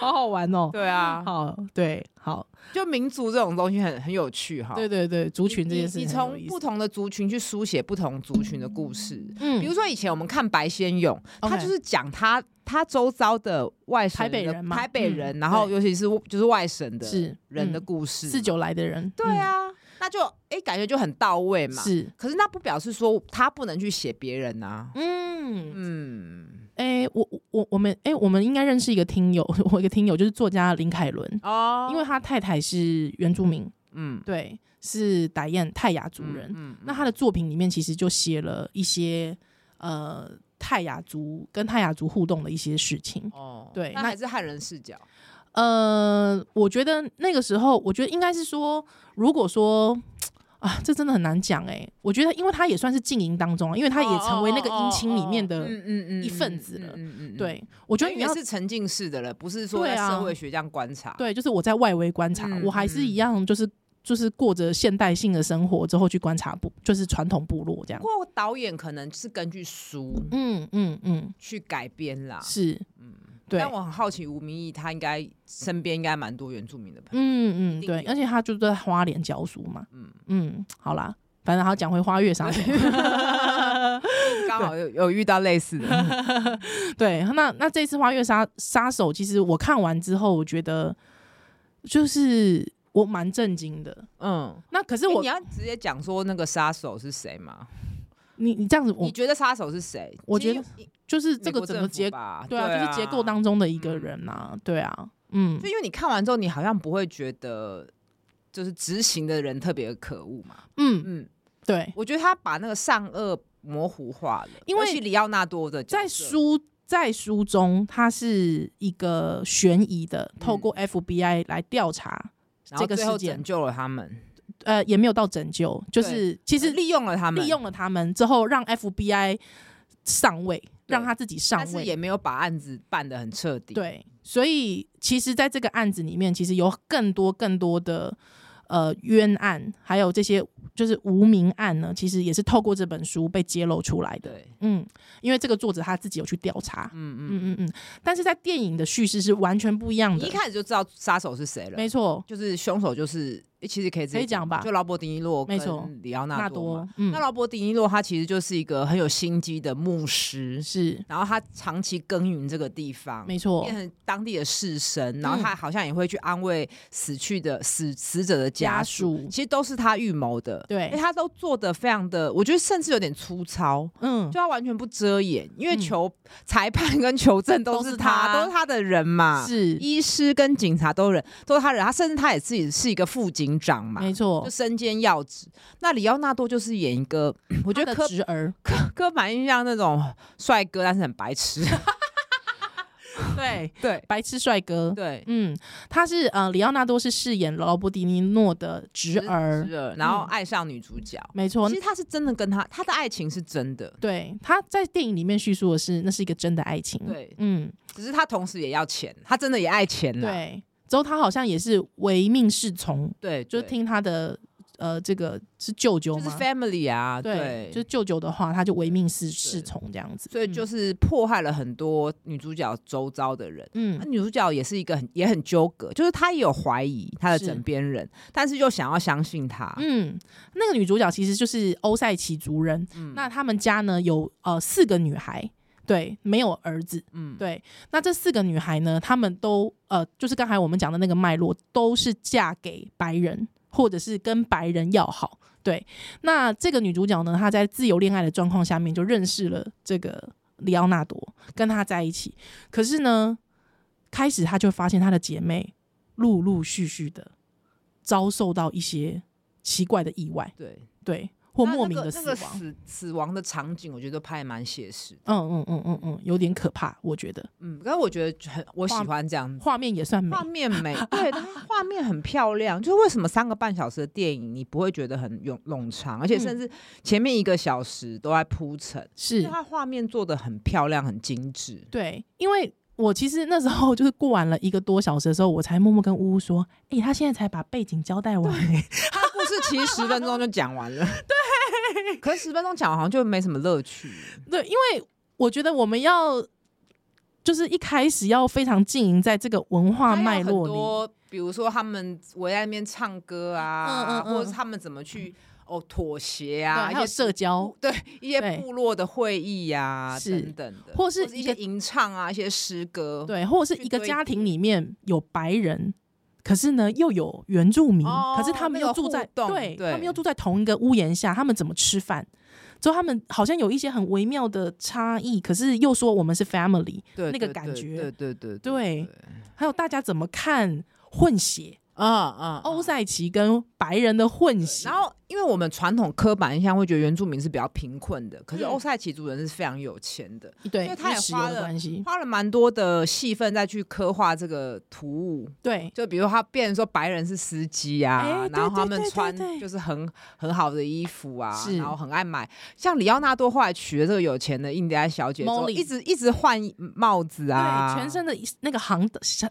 Speaker 1: 好好玩哦。
Speaker 2: 对啊，
Speaker 1: 好，对，好，
Speaker 2: 就民族这种东西很很有趣哈。
Speaker 1: 对对对，族群这
Speaker 2: 你
Speaker 1: 件事
Speaker 2: 你
Speaker 1: 情很有
Speaker 2: 从
Speaker 1: 意
Speaker 2: 不
Speaker 1: 思，
Speaker 2: 同的族群去书写不同族群的故事。
Speaker 1: 嗯
Speaker 2: 比如说以前我们看白先勇，他
Speaker 1: OK
Speaker 2: 就是讲他他周遭的外省
Speaker 1: 台北
Speaker 2: 的
Speaker 1: 人嘛
Speaker 2: 台北
Speaker 1: 嗯
Speaker 2: 人，然后
Speaker 1: 对
Speaker 2: 尤其是就是外省的
Speaker 1: 是
Speaker 2: 人的
Speaker 1: 嗯
Speaker 2: 故事。
Speaker 1: 四九来的人，
Speaker 2: 对啊，那就哎感觉就很到位
Speaker 1: 嗯，
Speaker 2: 嘛。
Speaker 1: 是，
Speaker 2: 可是那不表示说他不能去写别人啊。
Speaker 1: 嗯，
Speaker 2: 嗯，
Speaker 1: 哎，我我我我们哎，我们应该认识一个听友， 我一个听友就是作家林凯伦，
Speaker 2: 哦
Speaker 1: 因为他太太是原住民，
Speaker 2: 嗯
Speaker 1: 对，是达彦泰雅族人，
Speaker 2: 嗯
Speaker 1: 那他的作品里面其实就写了一些呃泰雅族跟泰雅族互动的一些事情。
Speaker 2: 哦
Speaker 1: 嗯对
Speaker 2: 那
Speaker 1: 那
Speaker 2: 还是汉人视角。
Speaker 1: 呃，我觉得那个时候，我觉得应该是说，如果说啊，这真的很难讲哎、我觉得，因为他也算是静营当中啊，因为他也成为那个
Speaker 2: 哦
Speaker 1: 姻亲里面的。
Speaker 2: 嗯嗯嗯
Speaker 1: 一份子了
Speaker 2: 嗯嗯嗯
Speaker 1: 对，我觉得你
Speaker 2: 也
Speaker 1: 要
Speaker 2: 是沉浸式的了，不是说
Speaker 1: 对
Speaker 2: 在
Speaker 1: 啊
Speaker 2: 社会学这样观察。
Speaker 1: 对，就是我在外围观察，
Speaker 2: 嗯
Speaker 1: 我还是一样，就是就是过着现代性的生活之后去观察部，就是传统部落这样
Speaker 2: 不。过导演可能是根据书
Speaker 1: 嗯嗯嗯，
Speaker 2: 去改编啦。
Speaker 1: 是，
Speaker 2: 啊嗯，
Speaker 1: 对。
Speaker 2: 但我很好奇，吴明义他应该身边应该蛮多原住民的朋友。
Speaker 1: 嗯嗯，
Speaker 2: 定
Speaker 1: 对，
Speaker 2: 有
Speaker 1: 而且他就在花莲教书嘛。
Speaker 2: 嗯
Speaker 1: 嗯好啦，反正他讲回花月商品。
Speaker 2: 刚好有有遇到类似的，
Speaker 1: 对，那那这次花月杀杀手，其实我看完之后，我觉得就是我蛮震惊的。
Speaker 2: 嗯，
Speaker 1: 那可是
Speaker 2: 是
Speaker 1: 我、
Speaker 2: 你要直接讲说那个杀手是谁吗？
Speaker 1: 你你这样子，我
Speaker 2: 你觉得杀手是谁？
Speaker 1: 我
Speaker 2: 其实
Speaker 1: 觉得
Speaker 2: 有
Speaker 1: 就是这
Speaker 2: 美
Speaker 1: 个
Speaker 2: 国
Speaker 1: 整
Speaker 2: 政
Speaker 1: 个
Speaker 2: 府
Speaker 1: 结，
Speaker 2: 吧嗯
Speaker 1: 对啊，就是结构，当中的一个人呐、啊，对啊，嗯
Speaker 2: 就因为你看完之后，你好像不会觉得就是执行的人特别可恶嘛。
Speaker 1: 嗯，
Speaker 2: 嗯，
Speaker 1: 对，
Speaker 2: 我觉得他把那个善恶模糊化了，
Speaker 1: 因为
Speaker 2: 尤其里奥纳多的角色
Speaker 1: 在书在书中，它是一个悬疑的，透
Speaker 2: 嗯
Speaker 1: 过 FBI 来调查。
Speaker 2: 然后
Speaker 1: 这个
Speaker 2: 最后
Speaker 1: 事件
Speaker 2: 拯救了他们，
Speaker 1: 呃，也没有到拯救，就是其
Speaker 2: 是
Speaker 1: 实利
Speaker 2: 利用了他们，
Speaker 1: 利用了他们之后，让 FBI 上位，让他自己上
Speaker 2: 但是也
Speaker 1: 位。
Speaker 2: 没有把案子办得很彻底。，
Speaker 1: 对，所以其实，在这个案子里面，其实有更多更多的呃冤案，还有这些就是无名案呢，其实也是透过这本书被揭露出来的。
Speaker 2: 对，
Speaker 1: 嗯，因为这个作者他自己有去调查。
Speaker 2: 嗯嗯，
Speaker 1: 嗯嗯嗯，但是在电影的叙事是完全不一样
Speaker 2: 你
Speaker 1: 的
Speaker 2: 一。开始就知道杀手是谁了，
Speaker 1: 没错，
Speaker 2: 就是凶手就是，诶其实可以直接
Speaker 1: 可以讲吧
Speaker 2: 就劳勃·迪尼洛跟
Speaker 1: 没错
Speaker 2: 里奥纳
Speaker 1: 纳
Speaker 2: 多嘛。
Speaker 1: 多，嗯
Speaker 2: 那，劳勃·迪尼洛他其实就是一个很有心机的牧师，
Speaker 1: 是
Speaker 2: 然后他长期耕耘这个地方。
Speaker 1: 没错
Speaker 2: 变，成当地的士绅，然后他好像也会去安慰死去的死死者的家
Speaker 1: 家
Speaker 2: 属，
Speaker 1: 属
Speaker 2: 其实都是他预谋的。
Speaker 1: 对
Speaker 2: 诶他都做的非常的，我觉得甚至有点粗糙。
Speaker 1: 嗯
Speaker 2: 就他完全不遮掩，因为
Speaker 1: 嗯
Speaker 2: 求、裁判跟求证都
Speaker 1: 都是
Speaker 2: 是他，
Speaker 1: 他
Speaker 2: 都是他的人嘛。
Speaker 1: 是
Speaker 2: 医师跟警察都人都是他人，他甚至他也自己是一个副警长嘛，
Speaker 1: 没错
Speaker 2: 就，身兼要职。那里奥纳多就是演一 个，我觉
Speaker 1: 他的
Speaker 2: 得刻
Speaker 1: 侄儿，
Speaker 2: 刻板印象那种帅哥，但是很白痴。
Speaker 1: 对，
Speaker 2: 对
Speaker 1: 白痴帅哥。
Speaker 2: 对，
Speaker 1: 嗯，他是呃，里奥纳多是饰演劳勃迪尼诺的侄儿，
Speaker 2: 侄儿，然后
Speaker 1: 嗯
Speaker 2: 爱上女主角。
Speaker 1: 没错
Speaker 2: 其。实他是真的跟他，他的爱情是真的，
Speaker 1: 对，他在电影里面叙述的是那是一个真的爱情。
Speaker 2: 对
Speaker 1: 嗯，
Speaker 2: 只是他同时也要钱，他真的也爱钱啦。
Speaker 1: 对。之后他好像也是唯命是从，
Speaker 2: 对，
Speaker 1: 就是
Speaker 2: 对
Speaker 1: 听他的呃，这个是舅舅
Speaker 2: 就是
Speaker 1: 吗？
Speaker 2: family 啊，
Speaker 1: 对
Speaker 2: 对，，
Speaker 1: 就是嗯舅舅的话，他就唯命是是从这样子。
Speaker 2: 所以就是迫害了很多女主角周遭的人。
Speaker 1: 嗯
Speaker 2: 那、女主角也是一个很也很纠葛，就是她也有怀疑她的
Speaker 1: 是
Speaker 2: 枕边人，但是又想要相信他。
Speaker 1: 嗯，那个女主角其实就是欧塞奇族人，
Speaker 2: 嗯
Speaker 1: 那他们家呢有呃四个女孩，对，没有儿子。
Speaker 2: 嗯，
Speaker 1: 对，那这四个女孩呢，她们都呃，就是刚才我们讲的那个脉络，都是嫁给白人，或者是跟白人要好。对，那这个女主角呢，她在自由恋爱的状况下面就认识了这个里奥纳多，跟他在一起。可是呢，开始她就发现她的姐妹陆陆续续的遭受到一些奇怪的意外，
Speaker 2: 对，
Speaker 1: 对，或
Speaker 2: 那
Speaker 1: 莫
Speaker 2: 那
Speaker 1: 名
Speaker 2: 个
Speaker 1: 的
Speaker 2: 那
Speaker 1: 死
Speaker 2: 个
Speaker 1: 亡。
Speaker 2: 死死亡的场景，我觉得拍得蛮写实的。
Speaker 1: 嗯嗯嗯嗯嗯，有点可怕，我觉得
Speaker 2: 嗯，但是我觉得很我喜
Speaker 1: 画
Speaker 2: 欢这样。
Speaker 1: 画面也算美
Speaker 2: 画。面美， 对，它画面很漂亮。就是为什么三个半小时的电影，你不会觉得很冗冗长，而且甚至前面一个小时都在铺陈，
Speaker 1: 是
Speaker 2: 因为它画面做的很漂亮，很精致。
Speaker 1: 对，因为我其实那时候就是过完了一个多小时的时候，我才默默跟呜呜说：“哎、他现在才把背景交代完、 欸。
Speaker 2: 他的故事其实十分钟就讲 完了，对。可是十分钟讲完好像就没什么乐趣。
Speaker 1: 对，因为我觉得我们要就是一开始要非常经营在这个文化脉络里。
Speaker 2: 多，比如说他们围在那边唱歌
Speaker 1: 嗯
Speaker 2: 啊，
Speaker 1: 嗯嗯
Speaker 2: 或者是他们怎么去哦妥协啊，
Speaker 1: 对，
Speaker 2: 一
Speaker 1: 还有
Speaker 2: 些
Speaker 1: 社交
Speaker 2: 部，对一些
Speaker 1: 对
Speaker 2: 部落的会议呀
Speaker 1: 是
Speaker 2: 等等的，
Speaker 1: 或是
Speaker 2: 一
Speaker 1: 一
Speaker 2: 些
Speaker 1: 个
Speaker 2: 吟唱啊，一些诗歌，
Speaker 1: 对，或者是
Speaker 2: 去
Speaker 1: 一个
Speaker 2: 堆
Speaker 1: 家庭里面有白人，可是呢又有原住民，可是
Speaker 2: 哦
Speaker 1: 他们
Speaker 2: 那
Speaker 1: 又
Speaker 2: 个
Speaker 1: 住
Speaker 2: 互
Speaker 1: 在、
Speaker 2: 动
Speaker 1: 对，他
Speaker 2: 对
Speaker 1: 们又住在同一个屋檐下，他们怎么吃饭？之后他们好像有一些很微妙的差异，可是又说我们是 family，
Speaker 2: 对
Speaker 1: 那个
Speaker 2: 对
Speaker 1: 感
Speaker 2: 对
Speaker 1: 觉
Speaker 2: 对对对
Speaker 1: 对还有大家怎么看混血，
Speaker 2: 啊啊
Speaker 1: 欧
Speaker 2: 塞。
Speaker 1: 塞奇跟白人的混血
Speaker 2: 然，后，因为我们传统刻板印象会觉得原住民是比较贫困的，可是
Speaker 1: 嗯
Speaker 2: 欧塞奇族人是非常有钱的，
Speaker 1: 对，
Speaker 2: 因为他也
Speaker 1: 石油
Speaker 2: 花
Speaker 1: 的
Speaker 2: 了
Speaker 1: 关系，
Speaker 2: 花了蛮多的戏份再去刻画这个图物。
Speaker 1: 对，
Speaker 2: 就比如他变成说白人是司机啊，
Speaker 1: 哎对
Speaker 2: 然后他
Speaker 1: 对
Speaker 2: 们
Speaker 1: 对对
Speaker 2: 穿
Speaker 1: 对
Speaker 2: 就是很很好的衣服啊，
Speaker 1: 是
Speaker 2: 然后很爱买。像里奥纳多后来娶了这个有钱的印第安小姐之后，
Speaker 1: Molly
Speaker 2: 一直一直换帽子啊，
Speaker 1: 对，全身的一那个行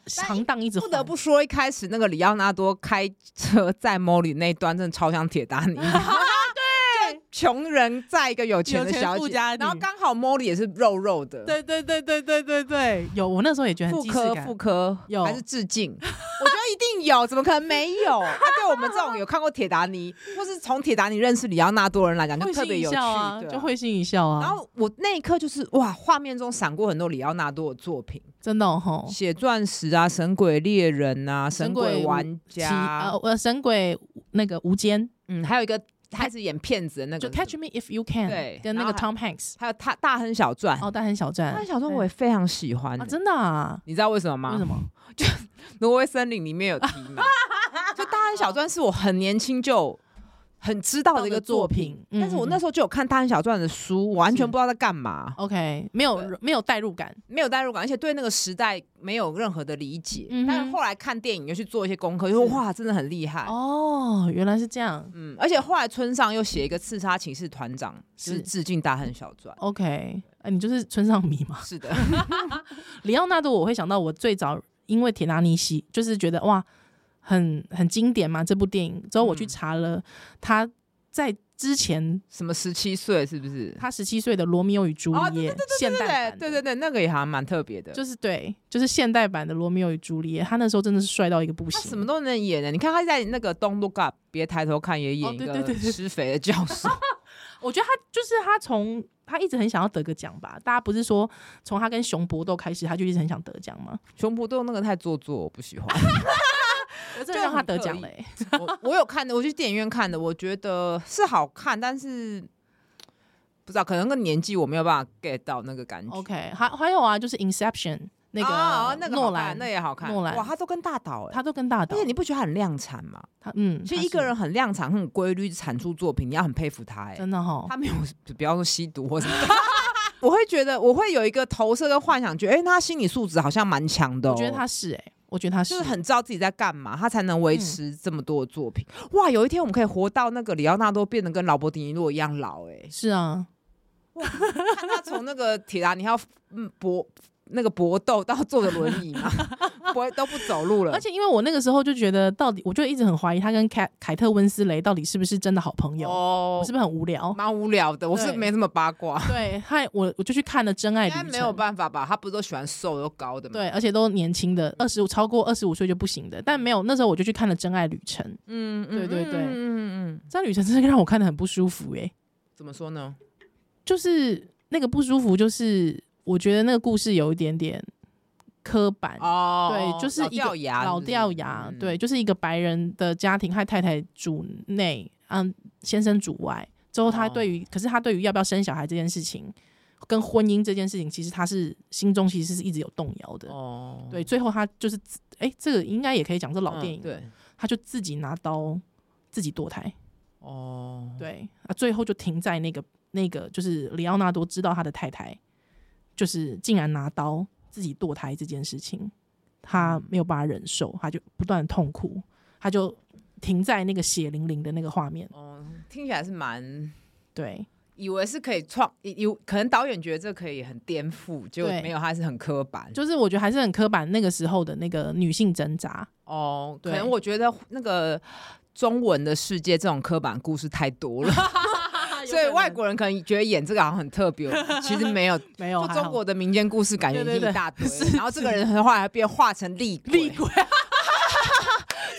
Speaker 1: 行当一直
Speaker 2: 不得
Speaker 1: 换
Speaker 2: 不说，一开始那个里奥纳多开车在 Molly 那一段，真的超像铁达 尼。对，穷人在一个有钱的小
Speaker 1: 有钱富
Speaker 2: 姐，
Speaker 1: 家女
Speaker 2: 然后刚好 Molly 也是肉肉的，，
Speaker 1: 对对对对对对对，有我那时候也觉得很
Speaker 2: 妇
Speaker 1: 既视
Speaker 2: 科
Speaker 1: 感
Speaker 2: 妇科
Speaker 1: 有
Speaker 2: 还是致敬， 我觉得一定有，怎么可能没有？他对我们这种有看过铁达尼，或是从铁达尼认识里奥纳多的人来讲，就
Speaker 1: 会
Speaker 2: 特
Speaker 1: 心
Speaker 2: 别
Speaker 1: 一
Speaker 2: 有趣，
Speaker 1: 笑啊，
Speaker 2: 对啊
Speaker 1: 就。会心一笑啊，
Speaker 2: 然后我那一刻就是哇，画面中闪过很多里奥纳多的作品，
Speaker 1: 真的哦吼、
Speaker 2: 血钻石啊，神鬼猎人啊，神
Speaker 1: 神鬼
Speaker 2: 鬼
Speaker 1: 武
Speaker 2: 玩家啊
Speaker 1: 其呃呃神鬼那个无间，
Speaker 2: 嗯，还有一个开始演骗子的那个
Speaker 1: 就是
Speaker 2: 什么
Speaker 1: Catch Me If You Can，
Speaker 2: 对
Speaker 1: 跟那
Speaker 2: 然后
Speaker 1: 个
Speaker 2: 还
Speaker 1: Tom Hanks，
Speaker 2: 还有他《大亨小传》
Speaker 1: 哦，大亨小
Speaker 2: 大
Speaker 1: 传
Speaker 2: 亨，小传》我也非常喜欢、
Speaker 1: 啊，真的啊？
Speaker 2: 你知道为什么吗？
Speaker 1: 为什么？
Speaker 2: 挪威森林里面有提 嘛？就《大亨小传》是我很年轻就很知道的一个作品，
Speaker 1: 嗯
Speaker 2: 但是我那时候就有看《大亨小传》的书，我完
Speaker 1: 是
Speaker 2: 全不知道在干嘛，
Speaker 1: OK，没有没有代入感，
Speaker 2: 没有代入感，而且对那个时代没有任何的理解。
Speaker 1: 嗯哼
Speaker 2: 但是后来看电影又去做一些功课，就说哇，真的很厉害。
Speaker 1: 哦，原来是这样。
Speaker 2: 嗯，而且后来村上又写一个刺杀骑士团长，就是
Speaker 1: 是
Speaker 2: 致敬《大亨小 传
Speaker 1: OK，啊，你就是村上迷嘛？》。
Speaker 2: 是的，
Speaker 1: 里奥纳多，我会想到我最早因为《铁达尼西》，就是觉得哇，很很经典嘛，这部电影。之后我去
Speaker 2: 嗯
Speaker 1: 查了他在之前
Speaker 2: 什么十七岁是不是？
Speaker 1: 他十七岁的《罗密欧与朱
Speaker 2: 哦
Speaker 1: 丽叶》现代版，
Speaker 2: 对对对，那个也还蛮特别的，
Speaker 1: 就是对，就是现代版的《罗密欧与朱丽叶》，他那时候真的是帅到一个不
Speaker 2: 他
Speaker 1: 行，
Speaker 2: 什么都能演的。你看他在那个《Don't Look Up》，别抬头看也演
Speaker 1: 哦
Speaker 2: 一
Speaker 1: 对对
Speaker 2: 个
Speaker 1: 对对
Speaker 2: 施肥的教 授，
Speaker 1: 我觉得他就是他从他一直很想要得个奖吧，大家不是说从他跟熊搏斗开始，他就一直很想得奖吗？
Speaker 2: 熊不斗那个太做作，我不喜欢。
Speaker 1: 可真的让他得奖嘞、哎
Speaker 2: 我我有看的，我去电影院看的，我觉得是好看，但是不知道可能跟年纪我没有办法 get 到那个感觉。
Speaker 1: OK，还还有啊，就是《Inception》那个、
Speaker 2: 啊那个好
Speaker 1: 诺
Speaker 2: 看
Speaker 1: 兰，
Speaker 2: 那也好看，
Speaker 1: 诺兰
Speaker 2: 哇，他都跟大导哎、
Speaker 1: 他都跟大导
Speaker 2: 而且，你不觉得他很量产吗？
Speaker 1: 他嗯，
Speaker 2: 其
Speaker 1: 他
Speaker 2: 实
Speaker 1: 是
Speaker 2: 一个人很量产、很有规律产出作品，你要很佩服他哎、
Speaker 1: 真的哈，
Speaker 2: 他没有，就不要说吸毒或什么。 我会觉得，我会有一个投射跟幻想，觉得哎、那他心理素质好像蛮强的、哦。
Speaker 1: 我觉得他是哎、我觉得他是，
Speaker 2: 就是很知道自己在干嘛，他才能维持这么多的作品。哇，有一天我们可以活到那个里奥纳多变得跟劳勃迪尼洛一样老、哎
Speaker 1: 是啊，
Speaker 2: 看他从那个铁达尼号嗯搏那个搏斗到坐着轮 椅嘛，不会都不走路了
Speaker 1: 而。且因为我那个时候就觉得，到底我就一直很怀疑他跟凯凯特温斯雷到底是不是真的好朋友，
Speaker 2: 哦
Speaker 1: 我是不是很无聊？
Speaker 2: 蛮无聊的，我是
Speaker 1: 对
Speaker 2: 没什么八卦，
Speaker 1: 对，害我我就去看了《真爱
Speaker 2: 应
Speaker 1: 旅
Speaker 2: 该
Speaker 1: 程》，
Speaker 2: 没有办法吧？他不是都喜欢瘦又高的吗？，
Speaker 1: 对，而且都年轻的，二十五超过二十五岁就不行的。但没有，那时候我就去看了《真爱旅程》，《
Speaker 2: 嗯，
Speaker 1: 对对对
Speaker 2: 嗯嗯嗯，
Speaker 1: 真爱旅程》真的让我看得很不舒服诶、欸
Speaker 2: 怎么说呢？
Speaker 1: 就是那个不舒服，就是我觉得那个故事有一点点刻板。
Speaker 2: 哦，
Speaker 1: 对，就是
Speaker 2: 老
Speaker 1: 一个
Speaker 2: 掉牙，
Speaker 1: 老
Speaker 2: 是不是
Speaker 1: 掉牙，
Speaker 2: 嗯
Speaker 1: 对，就是一个白人的家庭，害太太主内，嗯，先生主外。之后他
Speaker 2: 哦
Speaker 1: 对于，可是他对于要不要生小孩这件事情，跟婚姻这件事情，其实他是心中其实是一直有动摇的。
Speaker 2: 哦，
Speaker 1: 对，最后他就是自，哎、这个应该也可以讲是老
Speaker 2: 嗯
Speaker 1: 电影，
Speaker 2: 对，
Speaker 1: 他就自己拿刀自己堕胎，
Speaker 2: 哦，
Speaker 1: 对啊，最后就停在那个那个，就是里奥纳多知道他的太太就是竟然拿刀自己堕胎这件事情，他
Speaker 2: 嗯
Speaker 1: 没有办法忍受，他就不断地痛哭，他就停在那个血淋淋的那个画面，
Speaker 2: 哦，听起来是蛮，
Speaker 1: 对
Speaker 2: 以为是可以创，有可能导演觉得这可以很颠覆，结果
Speaker 1: 对
Speaker 2: 没有，它是很刻板。
Speaker 1: 就是我觉得还是很刻板那个时候的那个女性挣扎，
Speaker 2: 哦，可
Speaker 1: 对
Speaker 2: 能 我觉得那个中文的世界这种刻板故事太多了，所以外国人可能觉得演这个好像很特别，其实没有，
Speaker 1: 没 有
Speaker 2: 就
Speaker 1: 还好
Speaker 2: 中国的民间故事感觉已
Speaker 1: 对
Speaker 2: 经
Speaker 1: 对对
Speaker 2: 一大堆了，然后这个人后来还变化成厉
Speaker 1: 厉
Speaker 2: 鬼，
Speaker 1: 鬼，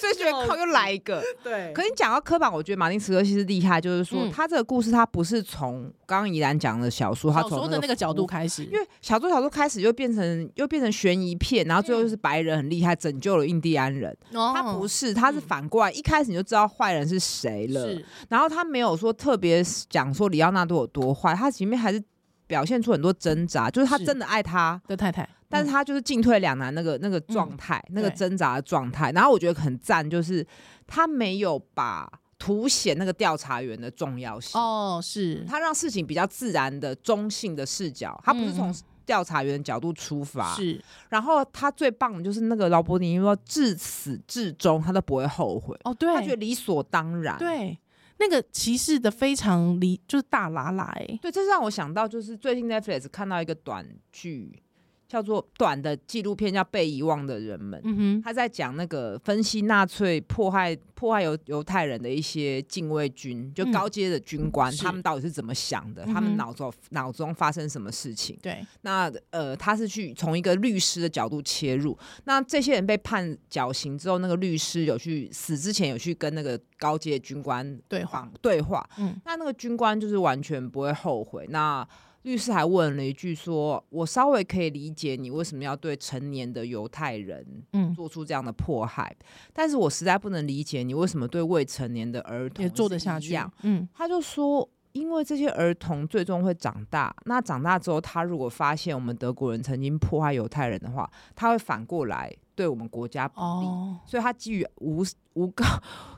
Speaker 2: 所以觉得靠又来一个。
Speaker 1: 对
Speaker 2: 可是你讲到刻板，我觉得马丁·斯科西是厉害，就是说、
Speaker 1: 嗯
Speaker 2: 他这个故事他不是从刚刚怡然讲的小说，他
Speaker 1: 小
Speaker 2: 从
Speaker 1: 说的那个角度开始，
Speaker 2: 因为小说小说开始又变成又变成悬疑片，然后最后就是白人很厉害，拯救了印第安人。
Speaker 1: 他
Speaker 2: 他不是，他是反过来，一开始你就知道坏人嗯是谁了。
Speaker 1: 是
Speaker 2: 然后他没有说特别讲说里奥纳多有多坏，他前面还是表现出很多挣扎，就是他
Speaker 1: 是
Speaker 2: 真的爱他，
Speaker 1: 的太嗯太，
Speaker 2: 但是他就是进退两难那个那个状态，那个
Speaker 1: 嗯对
Speaker 2: 挣扎的状态。然后我觉得很赞，就是他没有把凸显那个调查员的重要性。
Speaker 1: 哦是
Speaker 2: 他让事情比较自然的、中性的视角，他不是
Speaker 1: 嗯
Speaker 2: 从
Speaker 1: 嗯
Speaker 2: 调查员的角度出发。
Speaker 1: 是
Speaker 2: 然后他最棒的就是那个劳勃尼说，至始至终他都不会后悔，
Speaker 1: 哦对，
Speaker 2: 他觉得理所当然。
Speaker 1: 对那个歧视的非常离就是大拉拉哎，
Speaker 2: 对，这让我想到，就是最近 Netflix 看到一个短剧，叫做短的纪录片，叫《被遗忘的人们》。
Speaker 1: 嗯哼
Speaker 2: 他在讲那个分析纳粹迫害迫害犹犹太人的一些禁卫军，就
Speaker 1: 嗯
Speaker 2: 高阶的军官，
Speaker 1: 是
Speaker 2: 他们到底是怎么想的？
Speaker 1: 嗯哼
Speaker 2: 他们脑中脑中发生什么事情？
Speaker 1: 对
Speaker 2: 那呃，他是去从一个律师的角度切入。那这些人被判绞刑之后，那个律师有去死之前有去跟那个高阶军官
Speaker 1: 对话
Speaker 2: 访对话。
Speaker 1: 嗯
Speaker 2: 那那个军官就是完全不会后悔。那律师还问了一句说：“我稍微可以理解你为什么要对成年的犹太人
Speaker 1: 嗯
Speaker 2: 做出这样的迫害，但是我实在不能理解你为什么对未成年的儿童
Speaker 1: 也做得
Speaker 2: 是
Speaker 1: 下
Speaker 2: 一
Speaker 1: 去
Speaker 2: 样。”，
Speaker 1: 嗯
Speaker 2: 他就说，因为这些儿童最终会长大，那长大之后，他如果发现我们德国人曾经迫害犹太人的话，他会反过来对我们国家不利。
Speaker 1: 哦
Speaker 2: 所以，他基于无无高，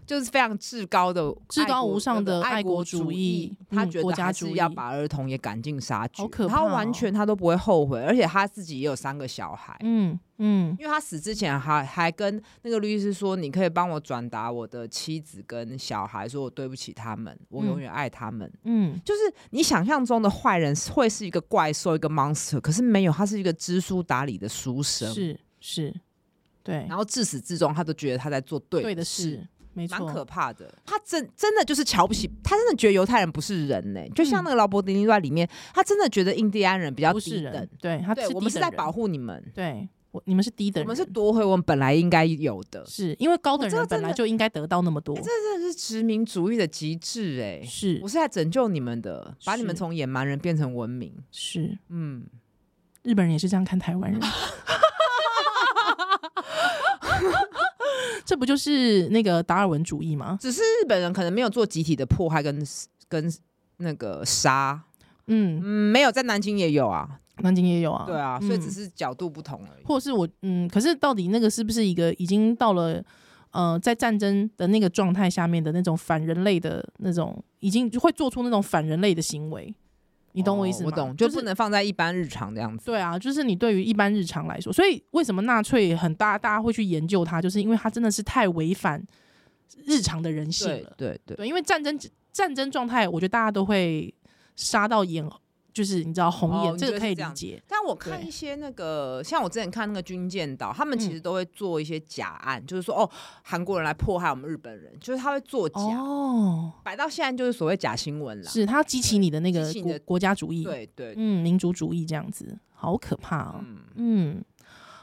Speaker 2: 就是非常至高的
Speaker 1: 至高
Speaker 2: 爱国呃
Speaker 1: 无上的
Speaker 2: 爱
Speaker 1: 爱国主
Speaker 2: 主
Speaker 1: 义嗯
Speaker 2: 他觉
Speaker 1: 国
Speaker 2: 得
Speaker 1: 家
Speaker 2: 他
Speaker 1: 主
Speaker 2: 是
Speaker 1: 义
Speaker 2: 要把儿童也赶尽杀绝，
Speaker 1: 好可
Speaker 2: 他
Speaker 1: 怕哦
Speaker 2: 完全他都不会后悔，而且他自己也有三个小孩，
Speaker 1: 嗯嗯
Speaker 2: 因为他死之前还还跟那个律师说，你可以帮我转达我的妻子跟小孩，说我对不起他们，我
Speaker 1: 嗯
Speaker 2: 永远爱他们。
Speaker 1: 嗯
Speaker 2: 就是你想象中的坏人是会是一个怪兽，一个 monster，可是没有，他是一个知书达理的书生。
Speaker 1: 是是，对
Speaker 2: 然后自始至终，他都觉得他在做对
Speaker 1: 对的
Speaker 2: 事，
Speaker 1: 是没
Speaker 2: 蛮可
Speaker 1: 错，
Speaker 2: 怕的。他真真的就是瞧不起，他真的觉得犹太人不是人呢、就像那个劳勃迪尼在里面，他真的觉得印第安人比较
Speaker 1: 嗯不是
Speaker 2: 低等
Speaker 1: 人。，对他
Speaker 2: 对，我们是在保，护你们，
Speaker 1: 对我你们是低等
Speaker 2: 我
Speaker 1: 人，
Speaker 2: 们是夺回我们本来应该有的。
Speaker 1: 是因为高等
Speaker 2: 这个
Speaker 1: 人本
Speaker 2: 真
Speaker 1: 来
Speaker 2: 的哎
Speaker 1: 就应该得到那么多，
Speaker 2: 真的是殖民主义的极致哎、
Speaker 1: 是
Speaker 2: 我是来拯救你们的，把你们
Speaker 1: 是
Speaker 2: 从野蛮人变成文明。
Speaker 1: 是
Speaker 2: 嗯，
Speaker 1: 日本人也是这样看台湾 人。这不就是那个达尔文主义吗？
Speaker 2: 只是日本人可能没有做集体的迫害跟跟那个杀，
Speaker 1: 嗯，
Speaker 2: 嗯，没有在南京也有啊，
Speaker 1: 南京也有啊。
Speaker 2: 对啊，所以只
Speaker 1: 嗯
Speaker 2: 是角度不同而已。
Speaker 1: 或是我嗯，可是到底那个是不是一个已经到了呃，在战争的那个状态下面的那种反人类的那种，已经会做出那种反人类的行为？你懂我意思吗？
Speaker 2: 哦我懂，就
Speaker 1: 就是
Speaker 2: 不能放在一般日常这样子。
Speaker 1: 对啊，就是你对于一般日常来说，所以为什么纳粹很大，大家会去研究它，就是因为它真的是太违反日常的人性
Speaker 2: 对
Speaker 1: 了。
Speaker 2: 对对，
Speaker 1: 对，因为战争战争状态，我觉得大家都会杀到眼，就是你知道红眼，
Speaker 2: 哦你
Speaker 1: 这
Speaker 2: 觉
Speaker 1: 个
Speaker 2: 得
Speaker 1: 可以
Speaker 2: 是
Speaker 1: 理
Speaker 2: 这样
Speaker 1: 解。
Speaker 2: 但我看
Speaker 1: 对
Speaker 2: 一些那个，像我之前看那个军舰岛，他们其
Speaker 1: 嗯
Speaker 2: 实都会做一些假案，就是说哦，韩国人来迫害我们日本人，就是他会作假，
Speaker 1: 哦，
Speaker 2: 摆到现在就是所谓假新闻啦。
Speaker 1: 是它激起你的那个
Speaker 2: 激起你
Speaker 1: 国
Speaker 2: 的
Speaker 1: 国家主义，
Speaker 2: 对对，
Speaker 1: 嗯，民族主义这样子，好可怕哦。
Speaker 2: 嗯。
Speaker 1: 嗯，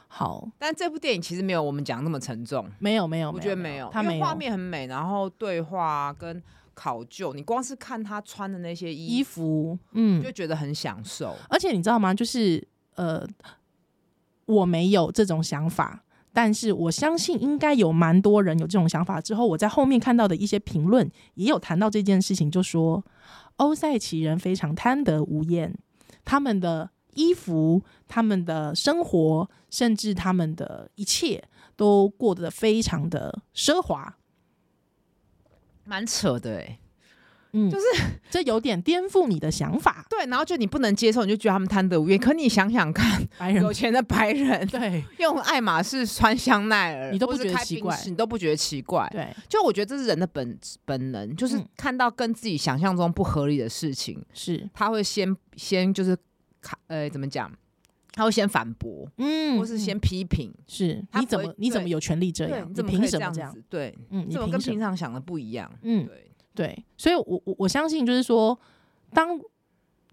Speaker 1: 好，
Speaker 2: 但这部电影其实没有我们讲那么沉重，
Speaker 1: 没有没有，
Speaker 2: 我觉得
Speaker 1: 没
Speaker 2: 没有，
Speaker 1: 他
Speaker 2: 因
Speaker 1: 没
Speaker 2: 为画
Speaker 1: 有。
Speaker 2: 面很美，然后对话跟考究，你光是看他穿的那些
Speaker 1: 衣
Speaker 2: 衣服，
Speaker 1: 服，嗯，
Speaker 2: 就觉得很享受。
Speaker 1: 而且你知道吗？就是呃，我没有这种想法，但是我相信应该有蛮多人有这种想法。之后我在后面看到的一些评论也有谈到这件事情，就说欧塞奇人非常贪得无厌，他们的衣服、他们的生活，甚至他们的一切都过得非常的奢华。
Speaker 2: 蛮扯的哎、欸，
Speaker 1: 嗯，
Speaker 2: 就是
Speaker 1: 这有点颠覆你的想法，
Speaker 2: 对，然后就你不能接受，你就觉得他们贪得无厌。可你想想 看，
Speaker 1: 白人
Speaker 2: 有钱的白人
Speaker 1: 对
Speaker 2: 用爱马仕穿香奈儿，
Speaker 1: 你都不
Speaker 2: 或是
Speaker 1: 觉得
Speaker 2: 开
Speaker 1: 奇
Speaker 2: 宾
Speaker 1: 怪
Speaker 2: 士你都不觉得奇怪。
Speaker 1: 对
Speaker 2: 就我觉得这是人的本本能，就是
Speaker 1: 嗯
Speaker 2: 看到跟自己想象中不合理的事情，
Speaker 1: 是，
Speaker 2: 他会先先就是卡呃怎么讲，他会先反驳，
Speaker 1: 嗯
Speaker 2: 或是先批评。
Speaker 1: 是
Speaker 2: 他
Speaker 1: 你
Speaker 2: 不
Speaker 1: 怎
Speaker 2: 会
Speaker 1: 么你怎
Speaker 2: 对
Speaker 1: 么有权利这
Speaker 2: 对，
Speaker 1: 样？
Speaker 2: 你怎么可
Speaker 1: 凭
Speaker 2: 以
Speaker 1: 什么
Speaker 2: 样
Speaker 1: 这样？
Speaker 2: 子？对，
Speaker 1: 嗯，你
Speaker 2: 怎么跟
Speaker 1: 凭什
Speaker 2: 平
Speaker 1: 么？
Speaker 2: 常想的不一样？
Speaker 1: 嗯，
Speaker 2: 对，
Speaker 1: 对，所以我我我相信就是说，当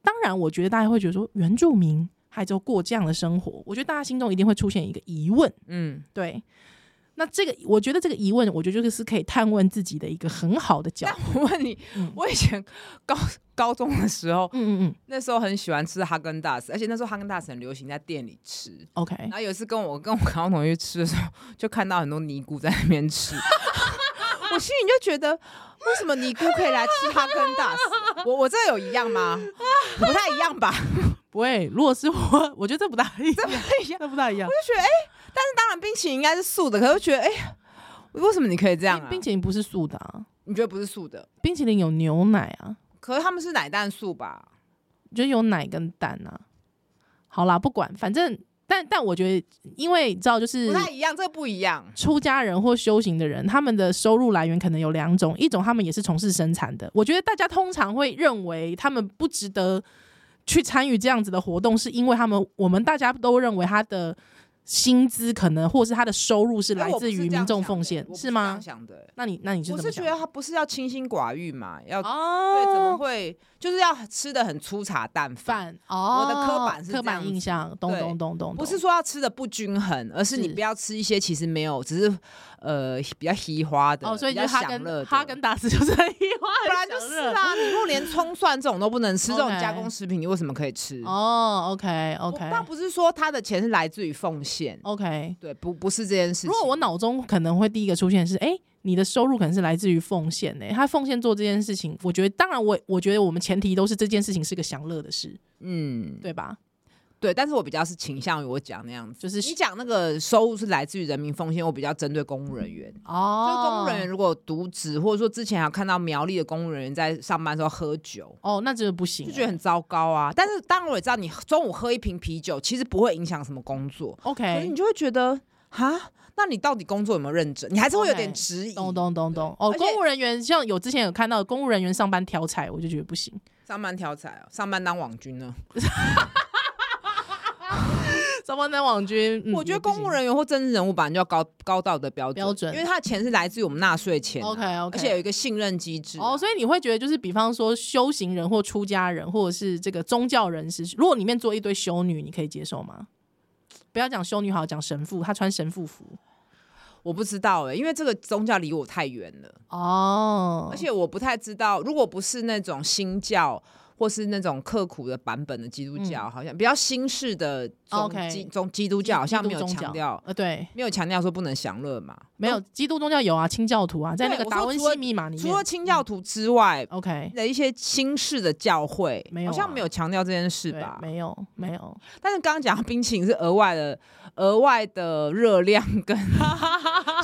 Speaker 1: 当然，我觉得大家会觉得说，原住民还就过这样的生活，我觉得大家心中一定会出现一个疑问，
Speaker 2: 嗯，
Speaker 1: 对。那这个，我觉得这个疑问，我觉得就是可以探问自己的一个很好的角
Speaker 2: 那
Speaker 1: 度。
Speaker 2: 我问你，
Speaker 1: 嗯
Speaker 2: 我以前高高中的时候，
Speaker 1: 嗯嗯嗯
Speaker 2: 那时候很喜欢吃哈根达斯，而且那时候哈根达斯很流行在店里吃。
Speaker 1: ，OK，
Speaker 2: 然后有一次跟我跟我高中同学去吃的时候，就看到很多尼姑在那边吃， 我心里就觉得，为什么尼姑可以来吃哈根达斯？我我这有一样吗？不太一样吧？
Speaker 1: 不会。如果是我，我觉得这不大一
Speaker 2: 这不
Speaker 1: 样，
Speaker 2: 太一样。
Speaker 1: 这不大一样。
Speaker 2: 就觉得哎、但是当然冰淇淋应该是素的，可是我觉得哎、为什么你可以这样、啊？
Speaker 1: 冰淇淋不是素的、啊，
Speaker 2: 你觉得不是素的？
Speaker 1: 冰淇淋有牛奶啊，
Speaker 2: 可是他们是奶蛋素吧？
Speaker 1: 我觉得有奶跟蛋啊。好啦，不管，反正但但我觉得，因为你知道，就是
Speaker 2: 不太一样，这个不一样。
Speaker 1: 出家人或修行的人，他们的收入来源可能有两种，一种他们也是从事生产的。我觉得大家通常会认为他们不值得去参与这样子的活动，是因为他们我们大家都认为他的薪资可能或是他的收入是来
Speaker 2: 哎我不
Speaker 1: 自
Speaker 2: 是
Speaker 1: 于
Speaker 2: 这样
Speaker 1: 民众
Speaker 2: 想
Speaker 1: 奉
Speaker 2: 的
Speaker 1: 献
Speaker 2: 我，不
Speaker 1: 是
Speaker 2: 这样
Speaker 1: 吗？
Speaker 2: 想的、
Speaker 1: 那你那你是
Speaker 2: 我
Speaker 1: 怎
Speaker 2: 是
Speaker 1: 么
Speaker 2: 觉
Speaker 1: 想的？
Speaker 2: 得他不是要清心寡欲嘛，要、
Speaker 1: 哦
Speaker 2: 对怎么会就是要吃的很粗茶淡饭，
Speaker 1: 反哦，
Speaker 2: 我的刻板是
Speaker 1: 刻
Speaker 2: 这
Speaker 1: 板
Speaker 2: 样
Speaker 1: 印
Speaker 2: 子
Speaker 1: 象，懂
Speaker 2: 对
Speaker 1: 懂懂懂，
Speaker 2: 不
Speaker 1: 懂
Speaker 2: 是说要吃的不均衡，而是你
Speaker 1: 是
Speaker 2: 不要吃一些其实没有，只是呃比较稀花的
Speaker 1: 哦，所以
Speaker 2: 比
Speaker 1: 就
Speaker 2: 较
Speaker 1: 是哈
Speaker 2: 享乐
Speaker 1: 根
Speaker 2: 的
Speaker 1: 哈根达斯就是很喜欢，
Speaker 2: 本来就是啊，你如果连葱蒜这种都不能吃，这种
Speaker 1: 哦 OK
Speaker 2: 加工食品你为什么可以吃？
Speaker 1: 哦，OK
Speaker 2: 我
Speaker 1: OK
Speaker 2: 倒不是说他的钱是来自于奉献，
Speaker 1: OK。
Speaker 2: 对，不不是这件事情。
Speaker 1: 如果我脑中可能会第一个出现是，哎、你的收入可能是来自于奉献呢、他奉献做这件事情，我觉得，当然我我觉得我们前提都是这件事情是个享乐的事，
Speaker 2: 嗯，
Speaker 1: 对吧？
Speaker 2: 对，但是我比较是倾向于我讲那样子，
Speaker 1: 就是
Speaker 2: 你讲那个收入是来自于人民奉献，我比较针对公务人员。就
Speaker 1: 哦
Speaker 2: 公务人员如果渎职，或者说之前还有看到苗栗的公务人员在上班的时候喝酒，
Speaker 1: 哦，那这个不行欸、
Speaker 2: 就觉得很糟糕啊。但是当然我也知道，你中午喝一瓶啤酒其实不会影响什么工作，可是
Speaker 1: OK，
Speaker 2: 你就会觉得哈，那你到底工作有没有认真？你还是会有点
Speaker 1: OK，
Speaker 2: 质疑。
Speaker 1: 哎懂懂懂懂。哦，
Speaker 2: 而且
Speaker 1: 公务人员像有之前有看到公务人员上班挑菜，我就觉得不行。
Speaker 2: 上班挑菜哦，上班当网军呢？
Speaker 1: 上班男网军，嗯
Speaker 2: 我觉得
Speaker 1: 也不行
Speaker 2: 公务人员或政治人物本来就要高高道德标准，
Speaker 1: 标准
Speaker 2: 因为他的钱是来自于我们纳税钱啊、
Speaker 1: OK OK，
Speaker 2: 而且有一个信任机制啊、
Speaker 1: 哦，所以你会觉得就是，比方说修行人或出家人，或者是这个宗教人士，如果里面做一堆修女，你可以接受吗？不要讲修女好，讲神父，他穿神父服
Speaker 2: 我不知道哎、因为这个宗教离我太远了，
Speaker 1: 哦
Speaker 2: 而且我不太知道，如果不是那种新教。或是那种刻苦的版本的基督教，好像比较新式的宗
Speaker 1: 嗯哦 OK
Speaker 2: 基宗基督教，好像没有
Speaker 1: 基督宗
Speaker 2: 强
Speaker 1: 教
Speaker 2: 调，
Speaker 1: 呃，对，
Speaker 2: 没有强调说不能享乐嘛。
Speaker 1: 没有基督宗教有啊，清教徒啊，在那
Speaker 2: 对
Speaker 1: 个
Speaker 2: 我
Speaker 1: 达
Speaker 2: 说
Speaker 1: 文
Speaker 2: 除了
Speaker 1: 西密码里面，嗯
Speaker 2: 除了清教徒之外，
Speaker 1: OK
Speaker 2: 的一些新式的教会，
Speaker 1: 没有啊
Speaker 2: 好像没有强调这件事
Speaker 1: 对
Speaker 2: 吧？
Speaker 1: 没有没有，
Speaker 2: 但是刚刚讲到冰淇淋是额外的、额外的热量 跟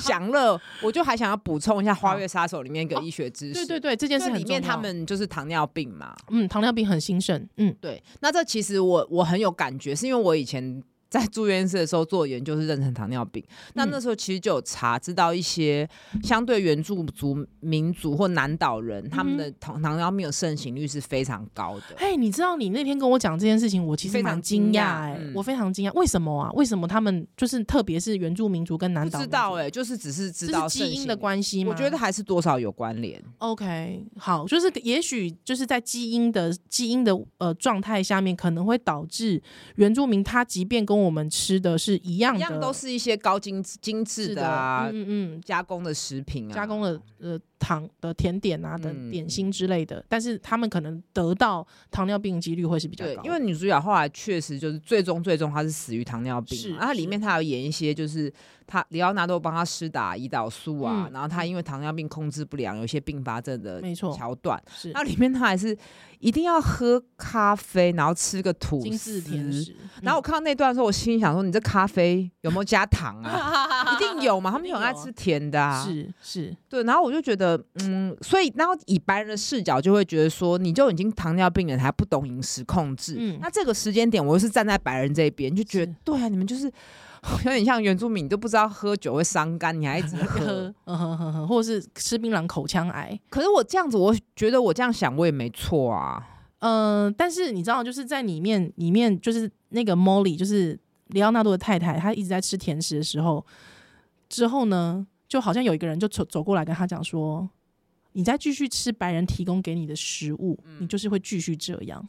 Speaker 2: 享乐，我就还想要补充一下《花月杀手》里面一个医学知识，
Speaker 1: 对哦对对，这件
Speaker 2: 就
Speaker 1: 事很
Speaker 2: 里面
Speaker 1: 重要
Speaker 2: 他们就是糖尿病嘛，
Speaker 1: 嗯糖尿病很兴盛，嗯
Speaker 2: 对，那这其实我我很有感觉，是因为我以前。在住院医师的时候做研究是妊娠糖尿病，那
Speaker 1: 嗯
Speaker 2: 那时候其实就有查知道一些相对原住族民族或南岛
Speaker 1: 嗯
Speaker 2: 人，他们的糖糖尿病的盛行率是非常高的。
Speaker 1: 嘿，你知道你那天跟我讲这件事情，我其实
Speaker 2: 非常
Speaker 1: 蛮惊
Speaker 2: 惊讶
Speaker 1: 讶哎
Speaker 2: 嗯，
Speaker 1: 我非常惊讶，为什么啊？为什么他们就是特别是原住民族跟南
Speaker 2: 不
Speaker 1: 岛
Speaker 2: 知
Speaker 1: 民
Speaker 2: 道
Speaker 1: 族
Speaker 2: 哎、就是只是知
Speaker 1: 这
Speaker 2: 道
Speaker 1: 是基
Speaker 2: 盛
Speaker 1: 因
Speaker 2: 行
Speaker 1: 的
Speaker 2: 率
Speaker 1: 关系吗？
Speaker 2: 我觉得还是多少有关联。
Speaker 1: OK，好，就是也许就是在基因的基因的呃状态下面，可能会导致原住民他即便跟我们吃的是一样的，
Speaker 2: 一样都是一些高精精致
Speaker 1: 是
Speaker 2: 的啊，
Speaker 1: 嗯嗯
Speaker 2: 加工的食品
Speaker 1: 嗯，
Speaker 2: 啊，
Speaker 1: 加工的呃糖的甜点啊的
Speaker 2: 嗯
Speaker 1: 点心之类的，但是他们可能得到糖尿病几率会是比较
Speaker 2: 对
Speaker 1: 高，的，
Speaker 2: 因为女主角后来确实就是最终最终她是死于糖尿病
Speaker 1: 是
Speaker 2: 嘛，然后她里
Speaker 1: 是
Speaker 2: 面她有演一些就是她里奥纳多帮她施打胰岛素啊，
Speaker 1: 嗯
Speaker 2: 然后她因为糖尿病控制不良，有一些并发症的
Speaker 1: 没错
Speaker 2: 桥段。
Speaker 1: 是
Speaker 2: 那里面她还是一定要喝咖啡，然后吃个吐
Speaker 1: 精
Speaker 2: 司
Speaker 1: 致甜食。
Speaker 2: 然后我看到那段的时候，我心里想说：“你这咖啡有没有加糖 啊？
Speaker 1: 我
Speaker 2: 一定有嘛，他们很爱吃甜的啊。”
Speaker 1: 是是
Speaker 2: 对，然后我就觉得，嗯，所以然后以白人的视角就会觉得说，你就已经糖尿病了，你还不懂饮食控制，
Speaker 1: 嗯
Speaker 2: 那这个时间点，我又是站在白人这边，就觉得
Speaker 1: 是
Speaker 2: 对啊，你们就是 有点像原住民，你都不知道喝酒会伤肝，你还一 直 喝
Speaker 1: 喝。，嗯哼哼哼，或者是吃槟榔口腔癌，
Speaker 2: 可是我这样子，我觉得我这样想我也没错啊。
Speaker 1: 嗯，但是你知道，就是在里面，里面就是那个 Molly，就是里奥纳多的太太，她一直在吃甜食的时候，之后呢，就好像有一个人就走走过来跟她讲说：“你再继续吃白人提供给你的食物，你就是会继续这样。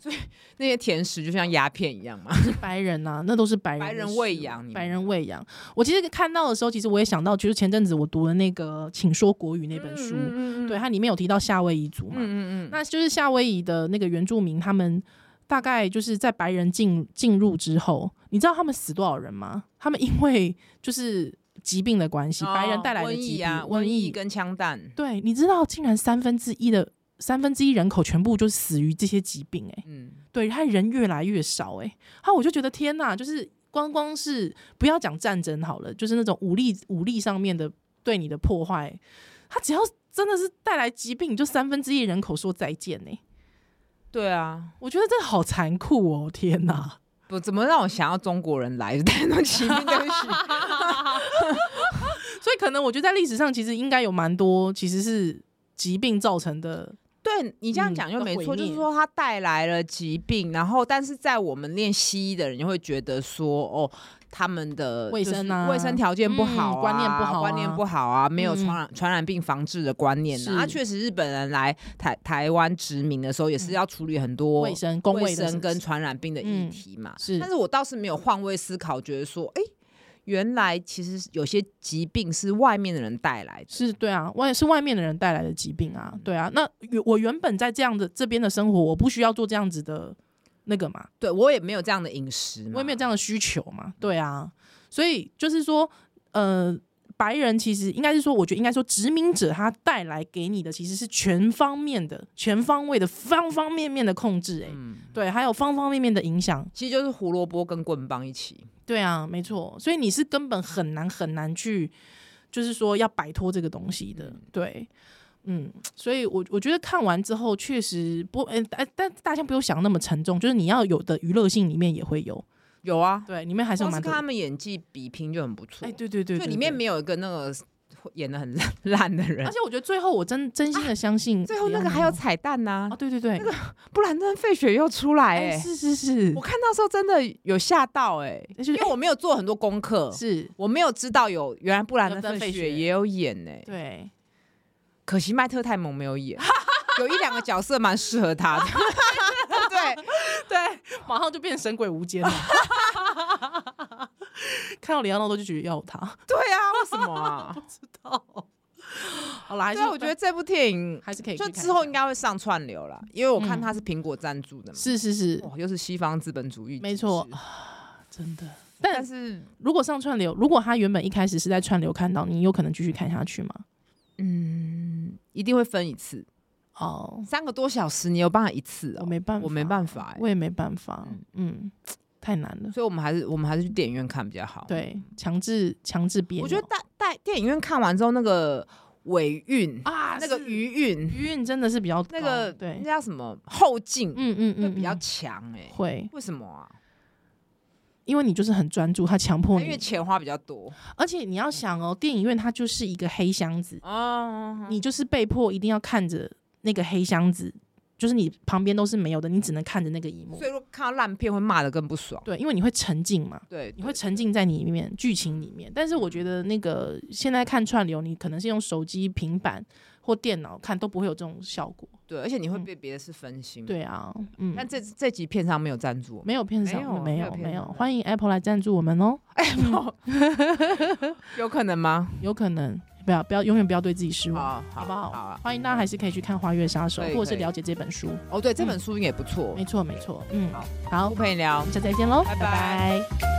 Speaker 2: 那些甜食就像鸦片一样嘛。
Speaker 1: 是 白人呐、那都是白人的
Speaker 2: 白人
Speaker 1: 食
Speaker 2: 喂
Speaker 1: 物
Speaker 2: 养你们
Speaker 1: 白人喂养。我其实看到的时候，其实我也想到，就是前阵子我读的那个《请说国语》那 本书，
Speaker 2: 嗯
Speaker 1: 对，它里面有提到夏威夷族嘛，
Speaker 2: 嗯嗯嗯，
Speaker 1: 那就是夏威夷的那个原住民，他们大概就是在白人进进入之后，你知道他们死多少人吗？他们因为就是疾病的关系，白人带来
Speaker 2: 哦
Speaker 1: 的
Speaker 2: 瘟
Speaker 1: 疾
Speaker 2: 疫
Speaker 1: 病，
Speaker 2: 啊，瘟疫跟枪弹，嗯
Speaker 1: 对，你知道，竟然三分之一的三分之一人口全部就死于这些疾病、欸，
Speaker 2: 嗯，
Speaker 1: 对，他人越来越少、欸，哎，后我就觉得天哪，就是光光是不要讲战争好了，就是那种武力武力上面的对你的破坏，他只要真的是带来疾病，你就三分之一人口说再见呢、欸
Speaker 2: 对啊，
Speaker 1: 我觉得这好残酷哦，天哪！
Speaker 2: 不怎么让我想要中国人来， 但那骑兵对不起，
Speaker 1: 所以可能我觉得在历史上其实应该有蛮多其实是疾病造成的，
Speaker 2: 对你这样讲就没
Speaker 1: 嗯
Speaker 2: 错，
Speaker 1: 毁灭
Speaker 2: 就是说它带来了疾病，然后但是在我们练西医的人就会觉得说，哦，他们的
Speaker 1: 卫生啊
Speaker 2: 就是卫生条件不好、
Speaker 1: 嗯观念不好啊
Speaker 2: 观念不好啊，没有
Speaker 1: 嗯
Speaker 2: 传染、传染病防治的观念
Speaker 1: 是
Speaker 2: 啊。啊确实，日本人来台台湾殖民的时候，也是要处理很多
Speaker 1: 嗯卫生、公卫
Speaker 2: 卫
Speaker 1: 的
Speaker 2: 生跟
Speaker 1: 事
Speaker 2: 传染病的议
Speaker 1: 嗯
Speaker 2: 题嘛。
Speaker 1: 是
Speaker 2: 但是我倒是没有换位思考，觉得说，哎、原来其实有些疾病是外面的人带来的。
Speaker 1: 是对啊，外是外面的人带来的疾病
Speaker 2: 嗯
Speaker 1: 啊，对啊。那原我原本在这样的这边的生活，我不需要做这样子的那个嘛，
Speaker 2: 对我也没有这样的饮食嘛，
Speaker 1: 我也没有这样的需求嘛，对啊。所以就是说，呃，白人其实应该是说，我觉得应该说，殖民者他带来给你的其实是全方面的、全方位的、方方面面的控制、欸，
Speaker 2: 嗯
Speaker 1: 对，还有方方面面的影响，
Speaker 2: 其实就是胡萝卜跟棍棒一起。
Speaker 1: 对啊，没错，所以你是根本很难很难去，就是说要摆脱这个东西的，
Speaker 2: 嗯
Speaker 1: 对，嗯，所以我我觉得看完之后确实不，哎、哎，但大家不用想那么沉重，就是你要有的娱乐性里面也会有，
Speaker 2: 有啊，
Speaker 1: 对，里面还是有
Speaker 2: 光是
Speaker 1: 蛮多
Speaker 2: 看，他们演技比拼就很不错。
Speaker 1: 哎、对对对
Speaker 2: 就
Speaker 1: 对，
Speaker 2: 里面
Speaker 1: 对，啊
Speaker 2: 没有一个那个演的很烂烂的人
Speaker 1: 而，且我觉得最后我真真心的相信、
Speaker 2: 最后那个还有
Speaker 1: 啊、
Speaker 2: 彩蛋呐、
Speaker 1: 对对对，那个
Speaker 2: 布兰登费雪又出来
Speaker 1: 哎、
Speaker 2: 哎、
Speaker 1: 是是是
Speaker 2: 我，看到时候真的有吓到哎、
Speaker 1: 就是
Speaker 2: 因为我没有做很多功课，
Speaker 1: 是，
Speaker 2: 我没有知道有原来布兰
Speaker 1: 布兰
Speaker 2: 登
Speaker 1: 登
Speaker 2: 费
Speaker 1: 费雪
Speaker 2: 雪也有演哎、
Speaker 1: 对，
Speaker 2: 可惜麦特泰蒙没有演，有一两个角色蛮适 合他的， 对，
Speaker 1: 对，马上就变神鬼无间 了。看到里奥纳多就觉得要他，
Speaker 2: 对啊，为什 么啊？
Speaker 1: 好啦，还是
Speaker 2: 对啊，我觉得这部电影
Speaker 1: 还是可以去
Speaker 2: 就
Speaker 1: 看一下。
Speaker 2: 之后应该会上串流啦，因为我看
Speaker 1: 嗯
Speaker 2: 它是苹果赞助的嘛。
Speaker 1: 是是是，
Speaker 2: 哇，又是西方资本主义，
Speaker 1: 没错
Speaker 2: 其实。
Speaker 1: 真的。
Speaker 2: 但
Speaker 1: 但
Speaker 2: 是，
Speaker 1: 如果上串流，如果他原本一开始是在串流看到，你有可能继续看下去吗？
Speaker 2: 嗯，一定会分一次，
Speaker 1: 哦，
Speaker 2: 三个多小时，你有办法一次哦？
Speaker 1: 我没办法，
Speaker 2: 我没办法欸
Speaker 1: 我也没办法
Speaker 2: 嗯，
Speaker 1: 嗯，太难了。
Speaker 2: 所以我们还是我们还是去电影院看比较好。，
Speaker 1: 对，强制强制编，
Speaker 2: 我觉得带带电影院看完之后，那个尾韵，
Speaker 1: 啊，
Speaker 2: 那个
Speaker 1: 是
Speaker 2: 余韵，
Speaker 1: 余韵真的是比较
Speaker 2: 那个
Speaker 1: 高对
Speaker 2: 那，叫什么后劲，
Speaker 1: 嗯嗯
Speaker 2: 会
Speaker 1: 嗯，
Speaker 2: 比较
Speaker 1: 嗯
Speaker 2: 强哎。
Speaker 1: 会，
Speaker 2: 为什么啊？
Speaker 1: 因为你就是很专注，他强迫
Speaker 2: 因为
Speaker 1: 你，
Speaker 2: 钱花比较多
Speaker 1: 而且你要想哦，电影院它就是一个黑箱子，
Speaker 2: 哦。
Speaker 1: 你就是被迫一定要看着那个黑箱子，就是你旁边都是没有的，你只能看着那个荧幕
Speaker 2: 所。以如果看到烂片会骂的更不爽。
Speaker 1: 对，因为你会沉浸嘛，
Speaker 2: 对，嗯
Speaker 1: 你会沉浸在里面剧情里面。但是我觉得那个现在看串流，你可能是用手机、平板或电脑看都不会有这种效果。
Speaker 2: 对，而且你会
Speaker 1: 嗯
Speaker 2: 被别的事分心。，
Speaker 1: 对啊，嗯，
Speaker 2: 但这这集片商没有赞助我们，
Speaker 1: 没有片
Speaker 2: 没
Speaker 1: 商
Speaker 2: 有啊
Speaker 1: 的，没
Speaker 2: 没有
Speaker 1: 有
Speaker 2: 片
Speaker 1: 没有
Speaker 2: 商，的
Speaker 1: 欢迎 Apple 来赞助我们哦，
Speaker 2: 有可能吗？
Speaker 1: 有可能不要不要永远不要对自己失望。
Speaker 2: 好，好
Speaker 1: 好不好？
Speaker 2: 好啊。
Speaker 1: 欢迎大家还是可以去看《花月杀手
Speaker 2: 可以》，
Speaker 1: 或者
Speaker 2: 可以
Speaker 1: 是了解这本书。
Speaker 2: 哦，对，这本书也不错
Speaker 1: 嗯没。错，没错，嗯，
Speaker 2: 好
Speaker 1: 好
Speaker 2: 不，陪你聊
Speaker 1: 我们。下次再见喽，
Speaker 2: 拜拜
Speaker 1: 拜拜